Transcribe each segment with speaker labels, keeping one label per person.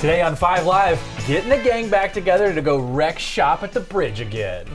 Speaker 1: Today on Five Live, getting the gang back together to go wreck shop at the bridge again.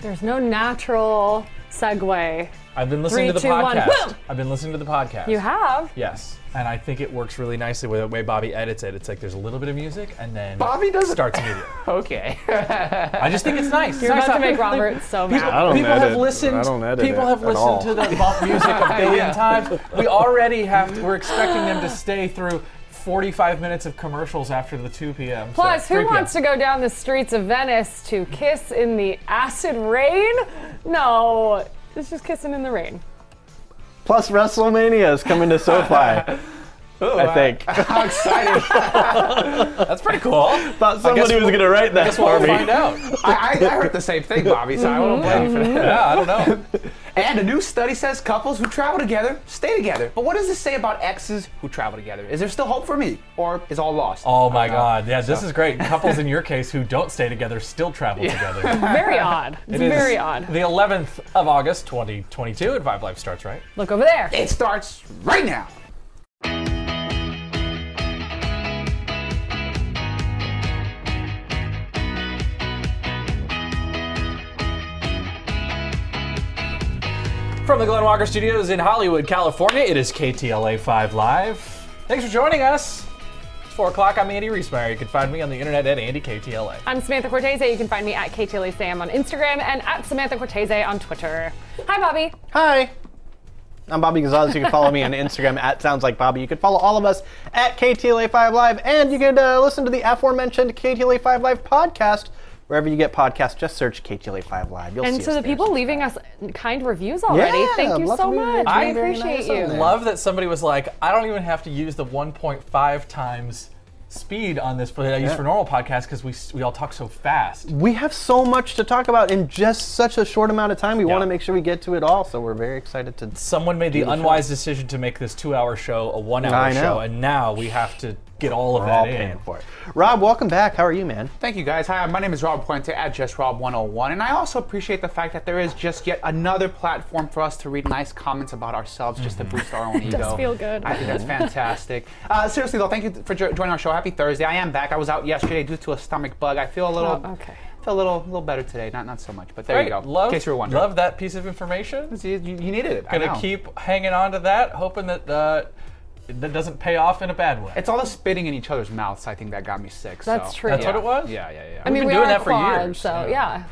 Speaker 2: There's no natural segue.
Speaker 1: I've been listening
Speaker 2: Three,
Speaker 1: to the
Speaker 2: two, one,
Speaker 1: podcast.
Speaker 2: boom!
Speaker 1: I've been listening to the podcast.
Speaker 2: You have.
Speaker 1: Yes, and I think it works really nicely with the way Bobby edits it. It's like there's a little bit of music and then
Speaker 3: Bobby does it.
Speaker 1: starts immediately.
Speaker 3: Okay.
Speaker 1: I just think it's nice.
Speaker 2: You're
Speaker 1: It's nice
Speaker 2: about to make
Speaker 1: how-
Speaker 2: Robert so
Speaker 1: People,
Speaker 2: mad.
Speaker 4: don't
Speaker 1: people have
Speaker 4: edit.
Speaker 1: listened.
Speaker 4: I don't edit
Speaker 1: people
Speaker 4: it
Speaker 1: have
Speaker 4: at
Speaker 1: listened
Speaker 4: all.
Speaker 1: to the bump music a billion
Speaker 3: Yeah.
Speaker 1: times. We already have. To, we're expecting them to stay through 45 minutes of commercials after the 2 p.m.
Speaker 2: Plus,
Speaker 1: so,
Speaker 2: who wants to go down the streets of Venice to kiss in the acid rain? No, it's just kissing in the rain.
Speaker 4: Plus, WrestleMania is coming to SoFi.
Speaker 1: Oh,
Speaker 4: I think.
Speaker 3: How excited.
Speaker 1: That's pretty cool.
Speaker 4: Thought somebody was
Speaker 1: we'll-
Speaker 4: gonna write that
Speaker 1: Guess we'll
Speaker 4: for me.
Speaker 1: find out.
Speaker 3: I, I, I heard the same thing, Bobby, so I won't blame you for that.
Speaker 1: Yeah, I don't know.
Speaker 2: Mm-hmm.
Speaker 3: And a new study says couples who travel together stay together. But what does this say about exes who travel together? Is there still hope for me? Or is all lost?
Speaker 1: Oh my
Speaker 3: I don't know.
Speaker 1: God! Yeah, this is great. Couples in your case who don't stay together still travel together.
Speaker 2: Very odd.
Speaker 1: It
Speaker 2: It's
Speaker 1: is
Speaker 2: very odd.
Speaker 1: The 11th of August, 2022, and Five Live starts right.
Speaker 2: Look over there.
Speaker 3: It starts right now.
Speaker 1: From the Glenn Walker Studios in Hollywood, California, it is KTLA 5 Live. Thanks for joining us. It's 4 o'clock. I'm Andy Reesmeyer. You can find me on the internet at AndyKTLA.
Speaker 2: I'm Samantha Cortese. You can find me at KTLA E Sam on Instagram and at Samantha Cortese on Twitter. Hi, Bobby.
Speaker 4: Hi. I'm Bobby Gonzalez. You can follow me on Instagram at Sounds Like Bobby. You can follow all of us at KTLA5 Live, and you can uh, listen to the aforementioned KTLA5 Live podcast wherever you get podcasts. Just search KTLA5 Live. You'll see
Speaker 2: And to
Speaker 4: us
Speaker 2: the
Speaker 4: there.
Speaker 2: people leaving us kind reviews already,
Speaker 4: Yeah,
Speaker 2: thank you
Speaker 4: lots
Speaker 2: so
Speaker 4: of
Speaker 2: much.
Speaker 4: reviews. Very,
Speaker 2: I
Speaker 4: very
Speaker 2: appreciate
Speaker 4: nice on
Speaker 2: you.
Speaker 4: there.
Speaker 1: Love that somebody was like, I don't even have to use the 1.5 times speed on this for that I use for normal podcasts because we, s- we all talk so fast.
Speaker 4: We have so much to talk about in just such a short amount of time. We want
Speaker 1: Yeah.
Speaker 4: to make sure we get to it all, so we're very excited to.
Speaker 1: Someone made the
Speaker 4: Beautiful.
Speaker 1: unwise decision to make this two hour show a one hour
Speaker 4: I
Speaker 1: show,
Speaker 4: know.
Speaker 1: and now we have to get all of
Speaker 4: We're
Speaker 1: that
Speaker 4: all
Speaker 1: in.
Speaker 4: paying for it. Rob, welcome back. How are you, man?
Speaker 3: Thank you guys. Hi, my name is Rob Puente at JustRob101, and I also appreciate the fact that there is just yet another platform for us to read nice comments about ourselves just to boost our own ego.
Speaker 2: Mm-hmm. does feel good. Mm-hmm.
Speaker 3: I think that's fantastic. Uh, seriously though, thank you for jo- joining our show. Happy Thursday. I am back. I was out yesterday due to a stomach bug. I feel a little,
Speaker 2: Oh, okay.
Speaker 3: feel a little, little better today. Not, not so much, but there
Speaker 1: Great.
Speaker 3: you go.
Speaker 1: Love,
Speaker 3: in case you were wondering.
Speaker 1: love that piece of information.
Speaker 3: See, You, you needed it. I
Speaker 1: gonna
Speaker 3: know.
Speaker 1: keep hanging on to that, hoping that uh, that doesn't pay off in a bad way.
Speaker 3: It's all the spitting in each other's mouths. I think that got me sick.
Speaker 2: That's
Speaker 3: so.
Speaker 2: true. That's
Speaker 1: what it was?
Speaker 3: Yeah, yeah, yeah.
Speaker 2: I mean,
Speaker 1: been
Speaker 2: we
Speaker 1: doing
Speaker 2: are
Speaker 1: that
Speaker 2: a
Speaker 1: for
Speaker 2: quad,
Speaker 1: years,
Speaker 2: So yeah,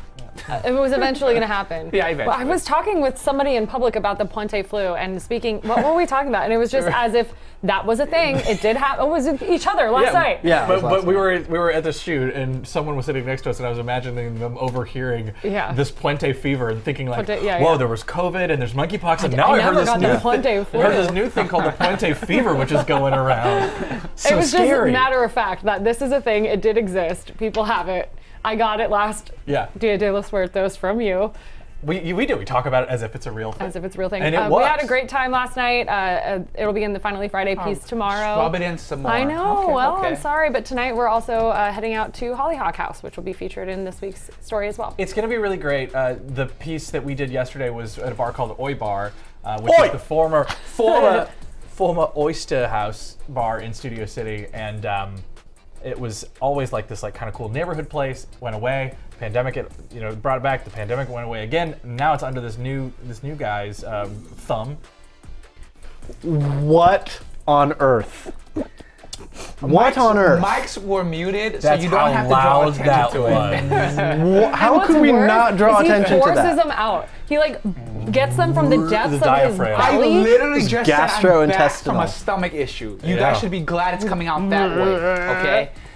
Speaker 2: Uh, it was eventually going to happen.
Speaker 3: Yeah,
Speaker 2: But I
Speaker 3: eventually.
Speaker 2: was talking with somebody in public about the Puente flu and speaking. What were we talking about? And it was just as if that was a thing. It did happen. It was with each other last night.
Speaker 4: Yeah, it
Speaker 1: but,
Speaker 4: was
Speaker 1: but
Speaker 4: last
Speaker 1: we were we were at the shoot and someone was sitting next to us and I was imagining them overhearing
Speaker 2: Yeah.
Speaker 1: this Puente fever and thinking like,
Speaker 2: Puente- yeah,
Speaker 1: whoa,
Speaker 2: yeah.
Speaker 1: there was COVID and there's monkeypox and
Speaker 2: I
Speaker 1: now I, heard
Speaker 2: never
Speaker 1: this
Speaker 2: got
Speaker 1: new
Speaker 2: the Puente
Speaker 1: I heard this
Speaker 2: flu.
Speaker 1: new thing called the Puente fever, which is going around. So
Speaker 2: it was
Speaker 1: scary.
Speaker 2: just matter of fact that this is a thing. It did exist. People have it. I got it last
Speaker 1: yeah,
Speaker 2: Dia de los Muertos from you.
Speaker 1: we you- we do we talk about it as if it's a real thing.
Speaker 2: As if it's a real thing.
Speaker 1: And it
Speaker 2: Uh,
Speaker 1: was. Oh,
Speaker 2: We had a great time last night. Uh, uh, it'll be in the Finally Friday piece tomorrow.
Speaker 3: Rub it in some more.
Speaker 2: I know.
Speaker 3: Okay,
Speaker 2: well,
Speaker 3: okay.
Speaker 2: I'm sorry, but tonight we're also uh, heading out to Hollyhock House, which will be featured in this week's story as well.
Speaker 1: It's going to be really great. Uh, the piece that we did yesterday was at a bar called Oi Bar, uh, which
Speaker 4: Oi!
Speaker 1: is the former former former Oyster House bar in Studio City, and um, it was always like this like kind of cool neighborhood place. Went away, pandemic it you know brought it back. The pandemic went away again. Now it's under this new this new guy's um, thumb.
Speaker 4: What on earth? What on earth?
Speaker 3: Mics were muted, so
Speaker 1: That's
Speaker 3: you
Speaker 1: how
Speaker 3: don't have to draw
Speaker 1: loud
Speaker 3: attention
Speaker 1: that
Speaker 3: to it.
Speaker 1: was.
Speaker 4: Wha- How
Speaker 2: What's
Speaker 4: could we
Speaker 2: worse
Speaker 4: not draw
Speaker 2: is
Speaker 4: attention
Speaker 2: he
Speaker 4: to
Speaker 2: forces
Speaker 4: that?
Speaker 2: them out. He like gets them from the
Speaker 1: The
Speaker 2: depths of his
Speaker 1: diaphragm.
Speaker 3: I
Speaker 2: belly.
Speaker 3: literally just said I'm back from
Speaker 4: gastrointestinal.
Speaker 3: a stomach issue. You
Speaker 1: Yeah.
Speaker 3: guys should be glad it's coming out that way,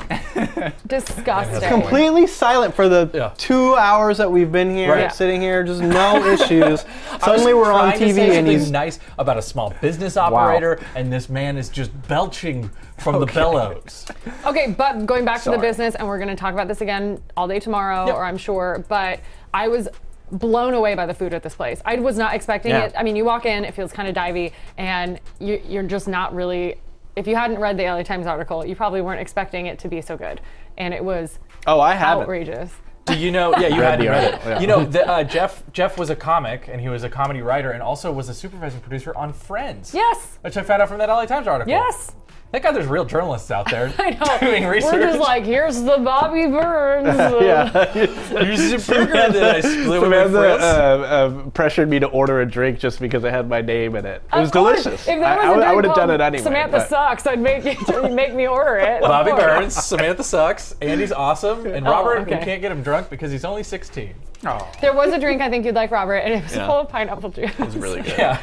Speaker 3: okay?
Speaker 2: Disgusting.
Speaker 4: Completely silent for the
Speaker 1: Yeah.
Speaker 4: two hours that we've been here,
Speaker 1: Right.
Speaker 4: sitting here, just no issues.
Speaker 1: I was
Speaker 4: Suddenly we're on
Speaker 1: trying to
Speaker 4: TV
Speaker 1: say
Speaker 4: and
Speaker 1: something
Speaker 4: he's
Speaker 1: nice about a small business operator, and this man is just belching from the bellows.
Speaker 2: Okay, but going back to the
Speaker 4: Sorry.
Speaker 2: business, and we're going to talk about this again all day tomorrow,
Speaker 1: Yep.
Speaker 2: or I'm sure, but I was blown away by the food at this place. I was not expecting
Speaker 4: Yeah.
Speaker 2: it. I mean, you walk in, it feels kind of divey, and you, you're just not really. If you hadn't read the LA Times article, you probably weren't expecting it to be so good, and it was
Speaker 4: Oh, I haven't.
Speaker 2: outrageous.
Speaker 1: Do you know? Yeah, you had
Speaker 4: the
Speaker 1: read it.
Speaker 4: article, yeah.
Speaker 1: You know, the, uh, Jeff Jeff was a comic and he was a comedy writer and also was a supervising producer on Friends.
Speaker 2: Yes,
Speaker 1: Which I found out from that LA Times article.
Speaker 2: yes.
Speaker 1: Thank God there's real journalists out there
Speaker 2: I know.
Speaker 1: doing research.
Speaker 2: We're just like, here's the Bobby Burns.
Speaker 4: yeah.
Speaker 1: Here's the burger that I split with my
Speaker 4: Samantha
Speaker 1: frills.
Speaker 4: uh, uh, pressured me to order a drink just because it had my name in it. It was
Speaker 2: Of course,
Speaker 4: delicious.
Speaker 2: If there was
Speaker 4: I-
Speaker 2: a
Speaker 4: I would- I
Speaker 2: drink
Speaker 4: would have done
Speaker 2: called
Speaker 4: it anyway.
Speaker 2: Samantha
Speaker 4: but-
Speaker 2: sucks. I'd make it, make me order it. Of
Speaker 1: Bobby
Speaker 2: course.
Speaker 1: Burns, Samantha sucks, Andy's awesome, and
Speaker 2: Oh,
Speaker 1: Robert, we
Speaker 2: okay.
Speaker 1: can't get him drunk because he's only 16.
Speaker 3: Oh.
Speaker 2: There was a drink I think you'd like, Robert, and it was
Speaker 4: Yeah.
Speaker 2: full of pineapple juice. It was,
Speaker 4: really good.
Speaker 1: Yeah.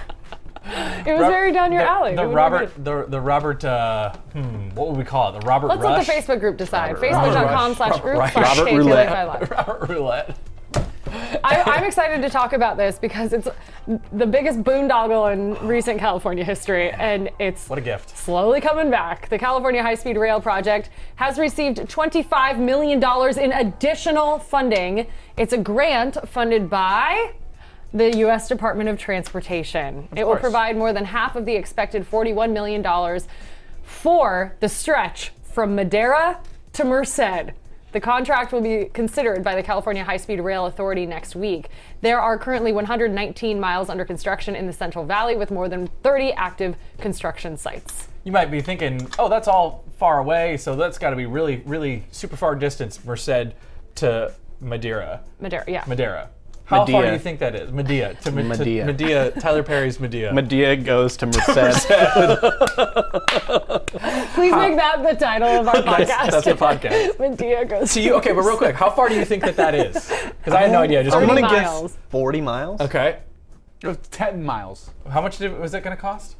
Speaker 2: very down your
Speaker 1: the,
Speaker 2: alley.
Speaker 1: The
Speaker 2: It was
Speaker 1: Robert,
Speaker 2: really-
Speaker 1: the, the Robert, uh, hmm, what would we call it? The Robert
Speaker 2: Let's
Speaker 1: Rush?
Speaker 2: let the Facebook group decide.
Speaker 4: Robert
Speaker 2: Facebook.com
Speaker 1: Rush.
Speaker 2: slash group
Speaker 1: Robert
Speaker 2: slash
Speaker 4: Rush.
Speaker 2: KTLA
Speaker 4: Roulette.
Speaker 2: Live.
Speaker 1: Robert Roulette.
Speaker 2: I, I'm excited to talk about this because it's the biggest boondoggle in recent California history, and it's
Speaker 1: What a gift.
Speaker 2: slowly coming back. The California High Speed Rail Project has received $25 million in additional funding. It's a grant funded by the U.S. Department of Transportation. it will
Speaker 1: course.
Speaker 2: provide more than half of the expected $41 million for the stretch from Madera to Merced. The contract will be considered by the California High Speed Rail Authority next week. There are currently 119 miles under construction in the Central Valley with more than 30 active construction sites.
Speaker 1: You might be thinking, oh, that's all far away, so that's got to be really, really super far distance, Merced to Madeira.
Speaker 2: Madeira, yeah.
Speaker 1: Madeira. How far
Speaker 4: Medea.
Speaker 1: do you think that is? Medea. To, Ma-
Speaker 4: Medea.
Speaker 1: to Medea. Tyler Perry's Medea.
Speaker 4: Medea goes to Merced.
Speaker 2: Please make that the title of our podcast.
Speaker 1: that's, that's the podcast.
Speaker 2: Medea goes.
Speaker 1: Do you, okay, but real quick, how far do you think that that is? Because I had no idea. I Just
Speaker 4: Oh, I'm gonna
Speaker 2: miles.
Speaker 4: guess 40 miles.
Speaker 1: okay.
Speaker 3: It was 10 miles.
Speaker 1: How much did, was it going to cost?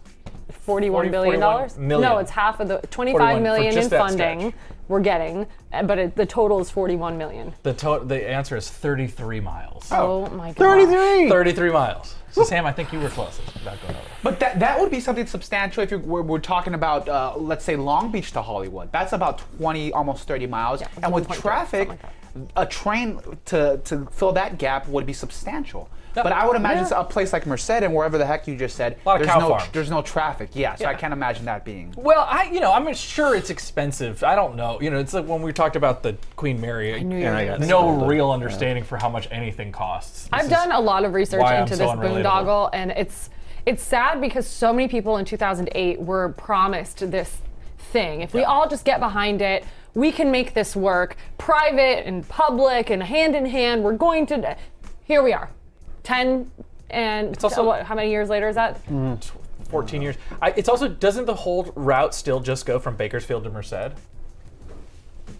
Speaker 2: Forty-one
Speaker 1: 40
Speaker 2: billion dollars.
Speaker 1: 41 million.
Speaker 2: No, it's half of the
Speaker 1: 41
Speaker 2: twenty-five
Speaker 1: for
Speaker 2: million in
Speaker 1: just that
Speaker 2: funding
Speaker 1: stretch.
Speaker 2: we're getting, uh, but it, the total is forty-one million.
Speaker 1: The to- the answer is 33 miles.
Speaker 2: Oh, my god.
Speaker 4: 33.
Speaker 1: 33 miles. So Sam, I think you were closest. Without going over.
Speaker 3: But that, that would be something substantial if you're, we're, we're talking about, uh, let's say, Long Beach to Hollywood. That's about 20, almost 30 miles.
Speaker 2: Yeah,
Speaker 3: and with
Speaker 2: 1.3,
Speaker 3: traffic,
Speaker 2: something
Speaker 3: a train to, to fill that gap would be substantial. But I would imagine
Speaker 1: Yeah.
Speaker 3: a place like Merced and wherever the heck you just said,
Speaker 1: lot of
Speaker 3: there's,
Speaker 1: cow
Speaker 3: no,
Speaker 1: farms.
Speaker 3: there's no traffic. Yeah, so I can't imagine that being.
Speaker 1: Well, I you know I'm sure it's expensive. I don't know. You know, it's like when we talked about the Queen Mary.
Speaker 2: knew you were
Speaker 4: I
Speaker 2: gonna
Speaker 4: got
Speaker 2: do
Speaker 4: it.
Speaker 2: that.
Speaker 1: no real understanding for how much anything costs. This
Speaker 2: I've
Speaker 1: is-
Speaker 2: done a lot of research
Speaker 1: why I'm
Speaker 2: into
Speaker 1: so
Speaker 2: this
Speaker 1: unrelatable.
Speaker 2: boondoggle, and it's it's sad because so many people in 2008 were promised this thing. If we all just get behind it, we can make this work. Private and public and hand in hand, we're going to. Here we are, ten and it's
Speaker 1: also-
Speaker 2: what, how many years later is that?
Speaker 1: 14 years. I, it's also doesn't the whole route still just go from Bakersfield to Merced?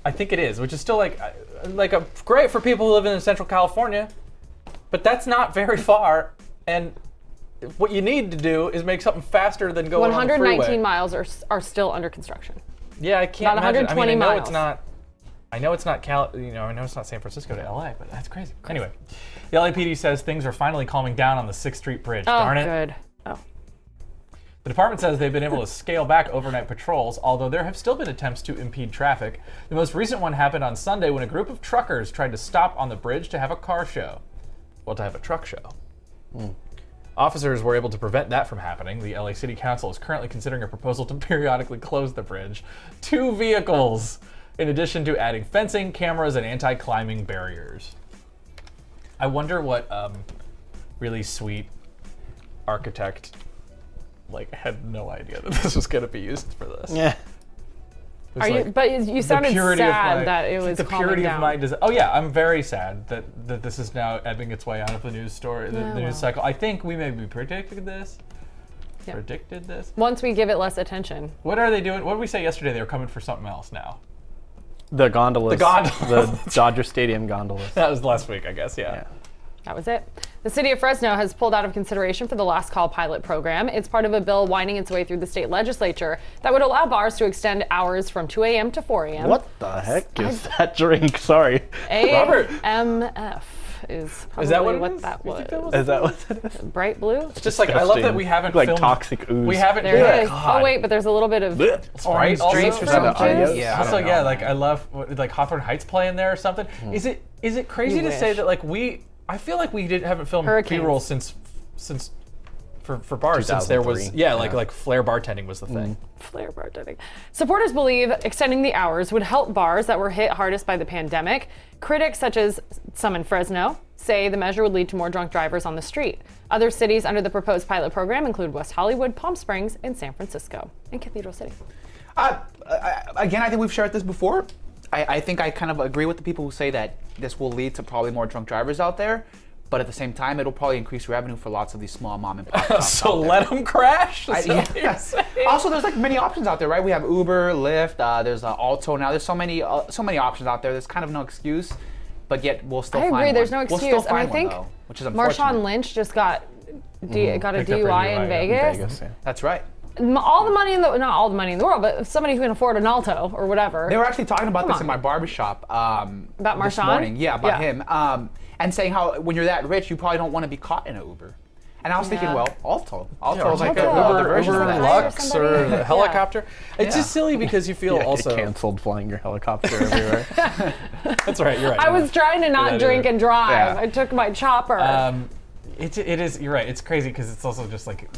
Speaker 1: I think it is, which is still like uh, like a great for people who live in Central California, but that's not very far. And what you need to do is make something faster than going on the freeway.
Speaker 2: 119 miles are s- are still under construction.
Speaker 1: Yeah, I can't
Speaker 2: About
Speaker 1: imagine. I
Speaker 2: 120
Speaker 1: mean, I know
Speaker 2: miles.
Speaker 1: it's not. I know it's not Cal. You know, I know it's not San Francisco to LA, but that's crazy. Anyway, the LAPD says things are finally calming down on the Sixth Street Bridge. Darn
Speaker 2: oh,
Speaker 1: it!
Speaker 2: good. Oh.
Speaker 1: The department says they've been able to scale back overnight patrols, although there have still been attempts to impede traffic. The most recent one happened on Sunday when a group of truckers tried to stop on the bridge to have a car show. Well, to have a truck show. Officers were able to prevent that from happening. The LA City Council is currently considering a proposal to periodically close the bridge. Two vehicles, in addition to adding fencing, cameras, and anti climbing barriers. I wonder what um, really sweet architect like had no idea that this was going to be used for this.
Speaker 4: Yeah.
Speaker 1: It was
Speaker 2: Are you?
Speaker 1: like
Speaker 2: But you
Speaker 1: the
Speaker 2: sounded
Speaker 1: purity of my-
Speaker 2: sad that it
Speaker 1: it's like
Speaker 2: was
Speaker 1: the
Speaker 2: calming
Speaker 1: purity
Speaker 2: down.
Speaker 1: of my design. Oh yeah, I'm very sad that that this is now ebbing its way out of the news story, the,
Speaker 2: Yeah,
Speaker 1: the
Speaker 2: well.
Speaker 1: news cycle. I think we maybe predicted this.
Speaker 2: Yeah.
Speaker 1: Predicted this.
Speaker 2: Once we give it less attention,
Speaker 1: What are they doing? What did we say yesterday? They were coming for something else now.
Speaker 4: The gondolas. The
Speaker 1: gondolas.
Speaker 4: The Dodger Stadium gondolas.
Speaker 1: That was last week, I guess. Yeah.
Speaker 4: Yeah.
Speaker 2: That was it. The city of Fresno has pulled out of consideration for the last call pilot program. It's part of a bill winding its way through the state legislature that would allow bars to extend hours from 2 a.m. to 4 a.m.
Speaker 4: What the heck is that drink? Sorry.
Speaker 1: Robert.
Speaker 2: AMF is probably
Speaker 1: Is that what, it
Speaker 2: what
Speaker 1: is?
Speaker 2: that
Speaker 1: You
Speaker 2: was.
Speaker 1: think that was?
Speaker 4: Is that what it is?
Speaker 2: Bright blue.
Speaker 1: Just like I love that we
Speaker 4: Disgusting.
Speaker 1: haven't
Speaker 4: like
Speaker 1: filmed-
Speaker 4: toxic ooze.
Speaker 1: We haven't.
Speaker 2: There
Speaker 1: yeah,
Speaker 2: it is.
Speaker 1: God.
Speaker 2: Oh wait, but there's a little bit of
Speaker 1: Right?
Speaker 2: Orange juice or something.
Speaker 4: Audio?
Speaker 3: Yeah, I don't
Speaker 1: also,
Speaker 3: know,
Speaker 1: yeah,
Speaker 3: man.
Speaker 1: like I love what- like Hawthorne Heights play in there or something. Is it is it crazy
Speaker 2: You
Speaker 1: to say
Speaker 2: wish.
Speaker 1: that like we? I feel like we didn't haven't filmed
Speaker 2: Hurricanes.
Speaker 1: B-roll since since for for bars since there was
Speaker 4: 2003.
Speaker 1: yeah like like flair bartending was the thing.
Speaker 2: flair bartending. Supporters believe extending the hours would help bars that were hit hardest by the pandemic. Critics, such as some in Fresno, say the measure would lead to more drunk drivers on the street. Other cities under the proposed pilot program include West Hollywood, Palm Springs, and San Francisco, and Cathedral City.
Speaker 3: Uh, I- I- again, I think we've shared this before. I, I think I kind of agree with the people who say that this will lead to probably more drunk drivers out there, but at the same time, it'll probably increase revenue for lots of these small mom and pop. shops
Speaker 1: so
Speaker 3: out there.
Speaker 1: let them crash.
Speaker 3: I-
Speaker 1: Is that what
Speaker 3: yeah.
Speaker 1: you're saying?
Speaker 3: Also, there's like many options out there, right? We have Uber, Lyft. Uh, there's uh, Alto now. There's so many, uh, so many options out there. There's kind of no excuse, but yet we'll still.
Speaker 2: I agree,
Speaker 3: Find
Speaker 2: there's
Speaker 3: one.
Speaker 2: no
Speaker 3: We'll
Speaker 2: excuse,
Speaker 3: still
Speaker 2: and
Speaker 3: find
Speaker 2: I
Speaker 3: one,
Speaker 2: think
Speaker 3: though, which is unfortunate.
Speaker 2: Marshawn Lynch just got D- got a
Speaker 1: Picked up for
Speaker 2: DUI in
Speaker 1: DUI in
Speaker 2: Vegas.
Speaker 1: Vegas, yeah.
Speaker 3: That's right.
Speaker 2: M- All the money in the not all the money in the world, but somebody who can afford an Alto or whatever.
Speaker 3: They were actually talking about
Speaker 2: Come
Speaker 3: this
Speaker 2: on.
Speaker 3: in my barbershop. Um,
Speaker 2: About
Speaker 3: this
Speaker 2: Marshawn?
Speaker 3: morning. Yeah, about
Speaker 2: Yeah.
Speaker 3: him. Um, and saying how when you're that rich, you probably don't want to be caught in an Uber. And I was thinking,
Speaker 2: Yeah.
Speaker 3: well, Alto. Alto's
Speaker 1: Or
Speaker 3: like
Speaker 1: like
Speaker 3: a
Speaker 1: an
Speaker 2: Yeah.
Speaker 3: Uber,
Speaker 1: Uber,
Speaker 3: version of
Speaker 1: Uber
Speaker 3: that.
Speaker 1: Lux
Speaker 2: Or somebody.
Speaker 1: or
Speaker 2: Yeah.
Speaker 1: the helicopter. It's
Speaker 3: Yeah.
Speaker 1: just silly because you feel
Speaker 4: Yeah, get
Speaker 1: also.
Speaker 4: canceled flying your helicopter everywhere.
Speaker 1: That's right. You're right.
Speaker 2: I
Speaker 1: you're
Speaker 2: was
Speaker 1: right.
Speaker 2: trying to not
Speaker 1: Yeah,
Speaker 2: drink
Speaker 1: yeah.
Speaker 2: and drive.
Speaker 3: Yeah.
Speaker 2: I took my chopper.
Speaker 1: Um, it, it is. You're right. It's crazy because it's also just like,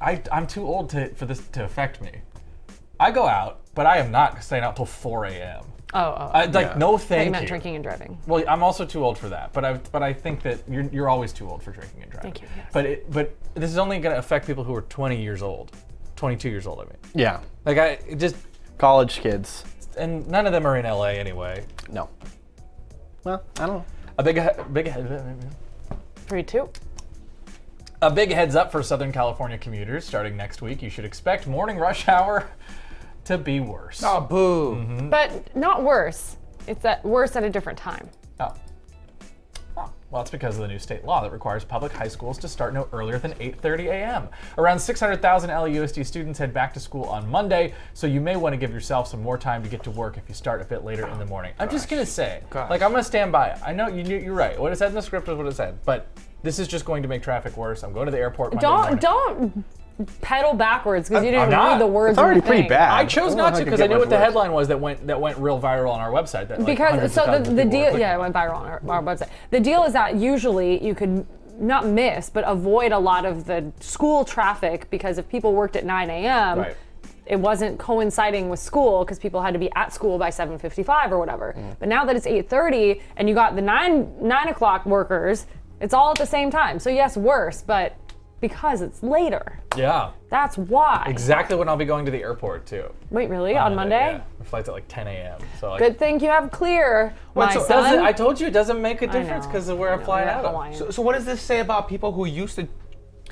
Speaker 1: I I'm too old to for this to affect me. I go out, but I am not staying out till 4 a.m.
Speaker 2: oh, oh,
Speaker 1: I, like
Speaker 4: Yeah.
Speaker 1: no
Speaker 2: I
Speaker 1: thank
Speaker 2: meant
Speaker 1: you.
Speaker 2: drinking and driving.
Speaker 1: Well, I'm also too old for that, but I but I think that you're you're always too old for drinking and driving.
Speaker 2: Thank you, yes.
Speaker 1: But it, but this is only going to affect people who are 20 years old, 22 years old. I mean,
Speaker 4: yeah,
Speaker 1: like I it just
Speaker 4: college kids.
Speaker 1: and none of them are in LA anyway.
Speaker 4: No. Well, I don't know.
Speaker 1: A big big
Speaker 2: Three, two.
Speaker 1: a big heads up for Southern California commuters starting next week. You should expect morning rush hour to be worse.
Speaker 3: Oh, boo.
Speaker 2: But not worse. It's at worse at a different time.
Speaker 1: Oh. Huh. Well, that's because of the new state law that requires public high schools to start no earlier than 8:30 a.m. Around 600,000 LAUSD students head back to school on Monday, so you may want to give yourself some more time to get to work if you start a bit later in the morning. I'm just gonna say,
Speaker 3: Gosh.
Speaker 1: like, I'm gonna stand by it. I know you, you- you're right. What it said in the script was what it said, but this is just going to make traffic worse. I'm going to the airport. Monday morning.
Speaker 2: Don't don't pedal backwards because you
Speaker 1: I'm
Speaker 2: didn't
Speaker 1: not.
Speaker 2: read the words.
Speaker 4: It's already
Speaker 2: of the
Speaker 4: pretty
Speaker 2: thing.
Speaker 4: bad.
Speaker 1: I chose
Speaker 4: don't
Speaker 1: not
Speaker 4: know
Speaker 1: to
Speaker 4: how it
Speaker 1: because
Speaker 4: could
Speaker 1: I
Speaker 4: get
Speaker 1: knew
Speaker 4: much
Speaker 1: what the
Speaker 4: worse.
Speaker 1: headline was that went that went real viral on our website. That like,
Speaker 2: Because
Speaker 1: hundreds of
Speaker 2: so the,
Speaker 1: thousands of people
Speaker 2: the
Speaker 1: were
Speaker 2: deal,
Speaker 1: clicking
Speaker 2: yeah, it
Speaker 1: on.
Speaker 2: went viral on our, our website. The deal is that usually you could not miss, but avoid a lot of the school traffic because if people worked at 9 a.m.,
Speaker 1: Right.
Speaker 2: it wasn't coinciding with school because people had to be at school by 7:55 or whatever.
Speaker 1: Mm-hmm.
Speaker 2: But now that it's 8:30 and you got the nine nine o'clock workers, it's all at the same time. So yes, worse, but because it's later,
Speaker 1: Yeah,
Speaker 2: that's why.
Speaker 1: exactly when I'll be going to the airport too.
Speaker 2: Wait, really? On Monday?
Speaker 1: Yeah. My flight's at like 10 a.m. So like,
Speaker 2: Good thing you have clear,
Speaker 1: But
Speaker 2: my
Speaker 1: so it
Speaker 2: son.
Speaker 1: doesn't- I told you it doesn't make a
Speaker 2: I
Speaker 1: difference
Speaker 2: know,
Speaker 1: because of where
Speaker 2: I
Speaker 1: I'm
Speaker 2: know,
Speaker 1: flying
Speaker 2: you're
Speaker 1: out of.
Speaker 2: Hawaiian.
Speaker 3: So, so what does this say about people who used to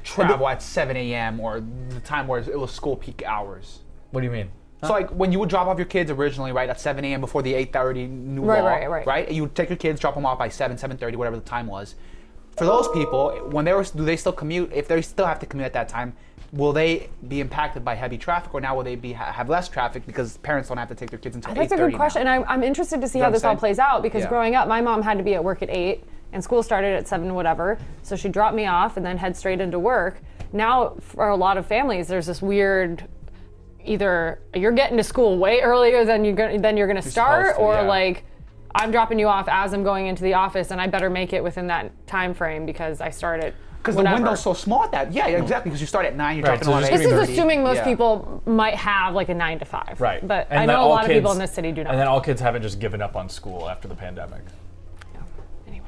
Speaker 3: travel at 7 a.m. or the time where it was school peak hours?
Speaker 1: What do you mean?
Speaker 3: So like when you would drop off your kids originally, right, at 7 a.m. before the 8:30 new
Speaker 2: Right,
Speaker 3: law,
Speaker 2: right, right.
Speaker 3: You would take your kids, drop them off by 7, 7:30, whatever the time was. For those people, when they were, do they still commute? If they still have to commute at that time, will they be impacted by heavy traffic, or now will they be ha- have less traffic because parents don't have to take their kids until 8:30?
Speaker 2: That's a good question, and I'm, I'm interested to see how
Speaker 3: what I'm
Speaker 2: this all
Speaker 3: saying?
Speaker 2: plays out because
Speaker 3: Yeah.
Speaker 2: growing up, my mom had to be at work at eight, and school started at seven, whatever. So she dropped me off and then head straight into work. Now, for a lot of families, there's this weird either you're getting to school way earlier than you're gonna, than you're going to start,
Speaker 3: supposed to,
Speaker 2: or
Speaker 3: yeah.
Speaker 2: like I'm dropping you off as I'm going into the office, and I better make it within that time frame because I start at
Speaker 3: Because the
Speaker 2: whenever.
Speaker 3: window's so small at that. Yeah, yeah, exactly. Because you start at nine, you're
Speaker 1: Right,
Speaker 3: dropping
Speaker 1: so
Speaker 3: off.
Speaker 1: just
Speaker 3: at
Speaker 1: give
Speaker 2: This
Speaker 1: me
Speaker 2: is
Speaker 3: 8:30.
Speaker 2: assuming most
Speaker 3: Yeah.
Speaker 2: people might have like a nine to five.
Speaker 1: Right.
Speaker 2: But
Speaker 1: And
Speaker 2: I
Speaker 1: that
Speaker 2: know a
Speaker 1: all
Speaker 2: lot of people
Speaker 1: kids-
Speaker 2: in this city do not.
Speaker 1: And then all kids haven't just given up on school after the pandemic.
Speaker 2: Anyway,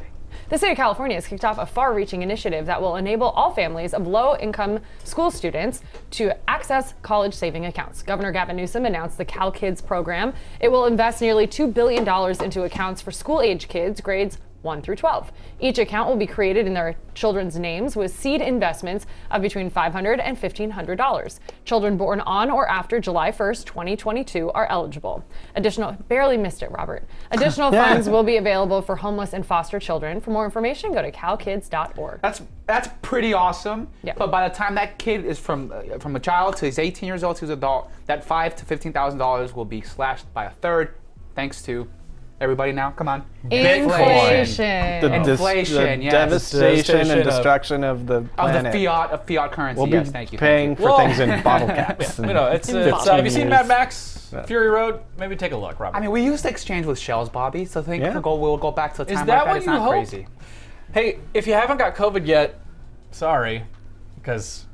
Speaker 2: the state of California has kicked off a far reaching initiative that will enable all families of low income school students to access college saving accounts. Governor Gavin Newsom announced the Cal Kids program. It will invest nearly $2 billion into accounts for school age kids, grades 1 through 12. Each account will be created in their children's names with seed investments of between $500 and $1,500. Children born on or after July 1st, 2022 are eligible. Additional, barely missed it, Robert. Additional funds will be available for homeless and foster children. For more information, go to calkids.org.
Speaker 3: That's that's pretty awesome.
Speaker 2: Yeah.
Speaker 3: But by the time that kid is from uh, from a child to he's 18 years old to he's an adult, that five to fifteen thousand dollars will be slashed by a third, thanks to everybody now. Come on,
Speaker 4: The dis- the
Speaker 3: Inflation, yes.
Speaker 4: devastation
Speaker 1: Devastation
Speaker 4: and
Speaker 1: of-
Speaker 4: destruction of the
Speaker 3: of
Speaker 4: planet.
Speaker 3: the fiat of fiat currency.
Speaker 4: We'll
Speaker 3: yes,
Speaker 4: be
Speaker 3: thank you.
Speaker 4: paying
Speaker 3: Thank you.
Speaker 4: for
Speaker 1: Whoa.
Speaker 4: things in bottle caps.
Speaker 1: You know, it's,
Speaker 2: In
Speaker 1: it's uh, have you seen
Speaker 4: 15
Speaker 1: Mad
Speaker 4: years.
Speaker 1: Max Fury Road? Maybe take a look, Robert.
Speaker 3: I mean, we used to exchange with shells, Bobby. So I think
Speaker 4: Yeah.
Speaker 3: we'll, go, we'll go back to a time
Speaker 1: is
Speaker 3: like
Speaker 1: that what
Speaker 3: It's
Speaker 1: you
Speaker 3: not
Speaker 1: hope?
Speaker 3: crazy.
Speaker 1: Hey, if you haven't got COVID yet, sorry, because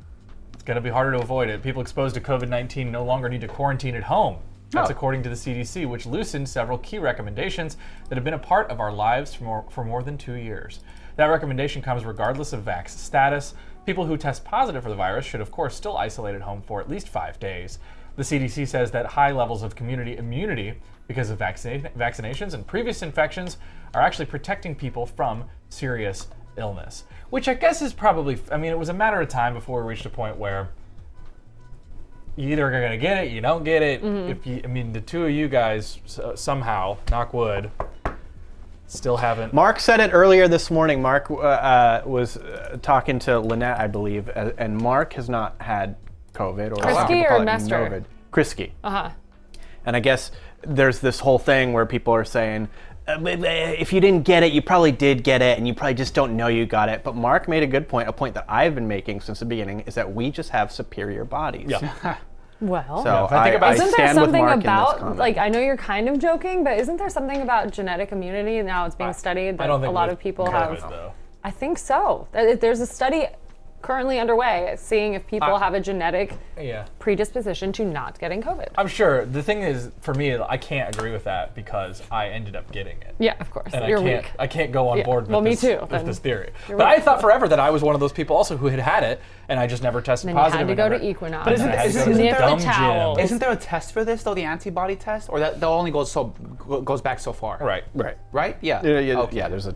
Speaker 1: it's going to be harder to avoid it. People exposed to COVID 19 no longer need to quarantine at home. That's
Speaker 3: Oh.
Speaker 1: according to the CDC, which loosened several key recommendations that have been a part of our lives for more, for more than two years. That recommendation comes regardless of vax status. People who test positive for the virus should, of course, still isolate at home for at least five days. The CDC says that high levels of community immunity because of vaccina- vaccinations and previous infections are actually protecting people from serious illness, which I guess is probably, I mean, it was a matter of time before we reached a point where you either are going to get it, you don't get it.
Speaker 2: Mm-hmm.
Speaker 1: If you, I mean, the two of you guys so, somehow, knock wood, still haven't.
Speaker 4: Mark said it earlier this morning. Mark uh, uh, was uh, talking to Lynette, I believe, uh, and Mark has not had COVID or
Speaker 2: Krisky
Speaker 4: some people call
Speaker 2: or
Speaker 4: it
Speaker 2: Mester?
Speaker 4: Novid. Krisky.
Speaker 2: Uh huh.
Speaker 4: And I guess there's this whole thing where people are saying, uh, but, uh, if you didn't get it, you probably did get it, and you probably just don't know you got it. But Mark made a good point, a point that I've been making since the beginning, is that we just have superior bodies.
Speaker 1: Yeah.
Speaker 2: Well.
Speaker 4: So
Speaker 1: if I think
Speaker 4: I,
Speaker 1: about-
Speaker 4: I
Speaker 1: Isn't
Speaker 2: Isn't there
Speaker 4: stand with
Speaker 2: something
Speaker 4: Mark in this
Speaker 2: about
Speaker 4: comment.
Speaker 2: like I know you're kind of joking, but isn't there something about genetic immunity now it's being studied that
Speaker 1: I don't think
Speaker 2: a lot
Speaker 1: we've
Speaker 2: of people
Speaker 1: covered
Speaker 2: have?
Speaker 1: it, though.
Speaker 2: I think so. There- There's a study currently underway seeing if people have a genetic
Speaker 1: Yeah.
Speaker 2: predisposition to not getting COVID.
Speaker 1: I'm sure. The thing is, for me, I can't agree with that because I ended up getting it.
Speaker 2: yeah, of course.
Speaker 1: And
Speaker 2: you're
Speaker 1: I can't,
Speaker 2: weak.
Speaker 1: I can't go on
Speaker 2: Yeah.
Speaker 1: board with,
Speaker 2: Well, me
Speaker 1: this,
Speaker 2: too,
Speaker 1: with
Speaker 2: then.
Speaker 1: this theory. But
Speaker 2: right.
Speaker 1: I thought forever that I was one of those people also who had had it, and I just never tested
Speaker 2: Then you had
Speaker 1: positive.
Speaker 2: to
Speaker 1: and
Speaker 2: go to
Speaker 1: never-
Speaker 2: Equinox.
Speaker 1: But isn't,
Speaker 3: But
Speaker 1: isn't,
Speaker 3: isn't-
Speaker 1: isn't
Speaker 3: isn't
Speaker 1: there
Speaker 3: there
Speaker 2: a
Speaker 1: dumb
Speaker 2: towel?
Speaker 1: gym?
Speaker 3: Isn't there a test for this though? The antibody test, or that that only goes so goes back so far.
Speaker 1: Right.
Speaker 4: Right.
Speaker 3: Right. Yeah.
Speaker 4: Yeah, yeah,
Speaker 3: Okay.
Speaker 4: yeah, there's a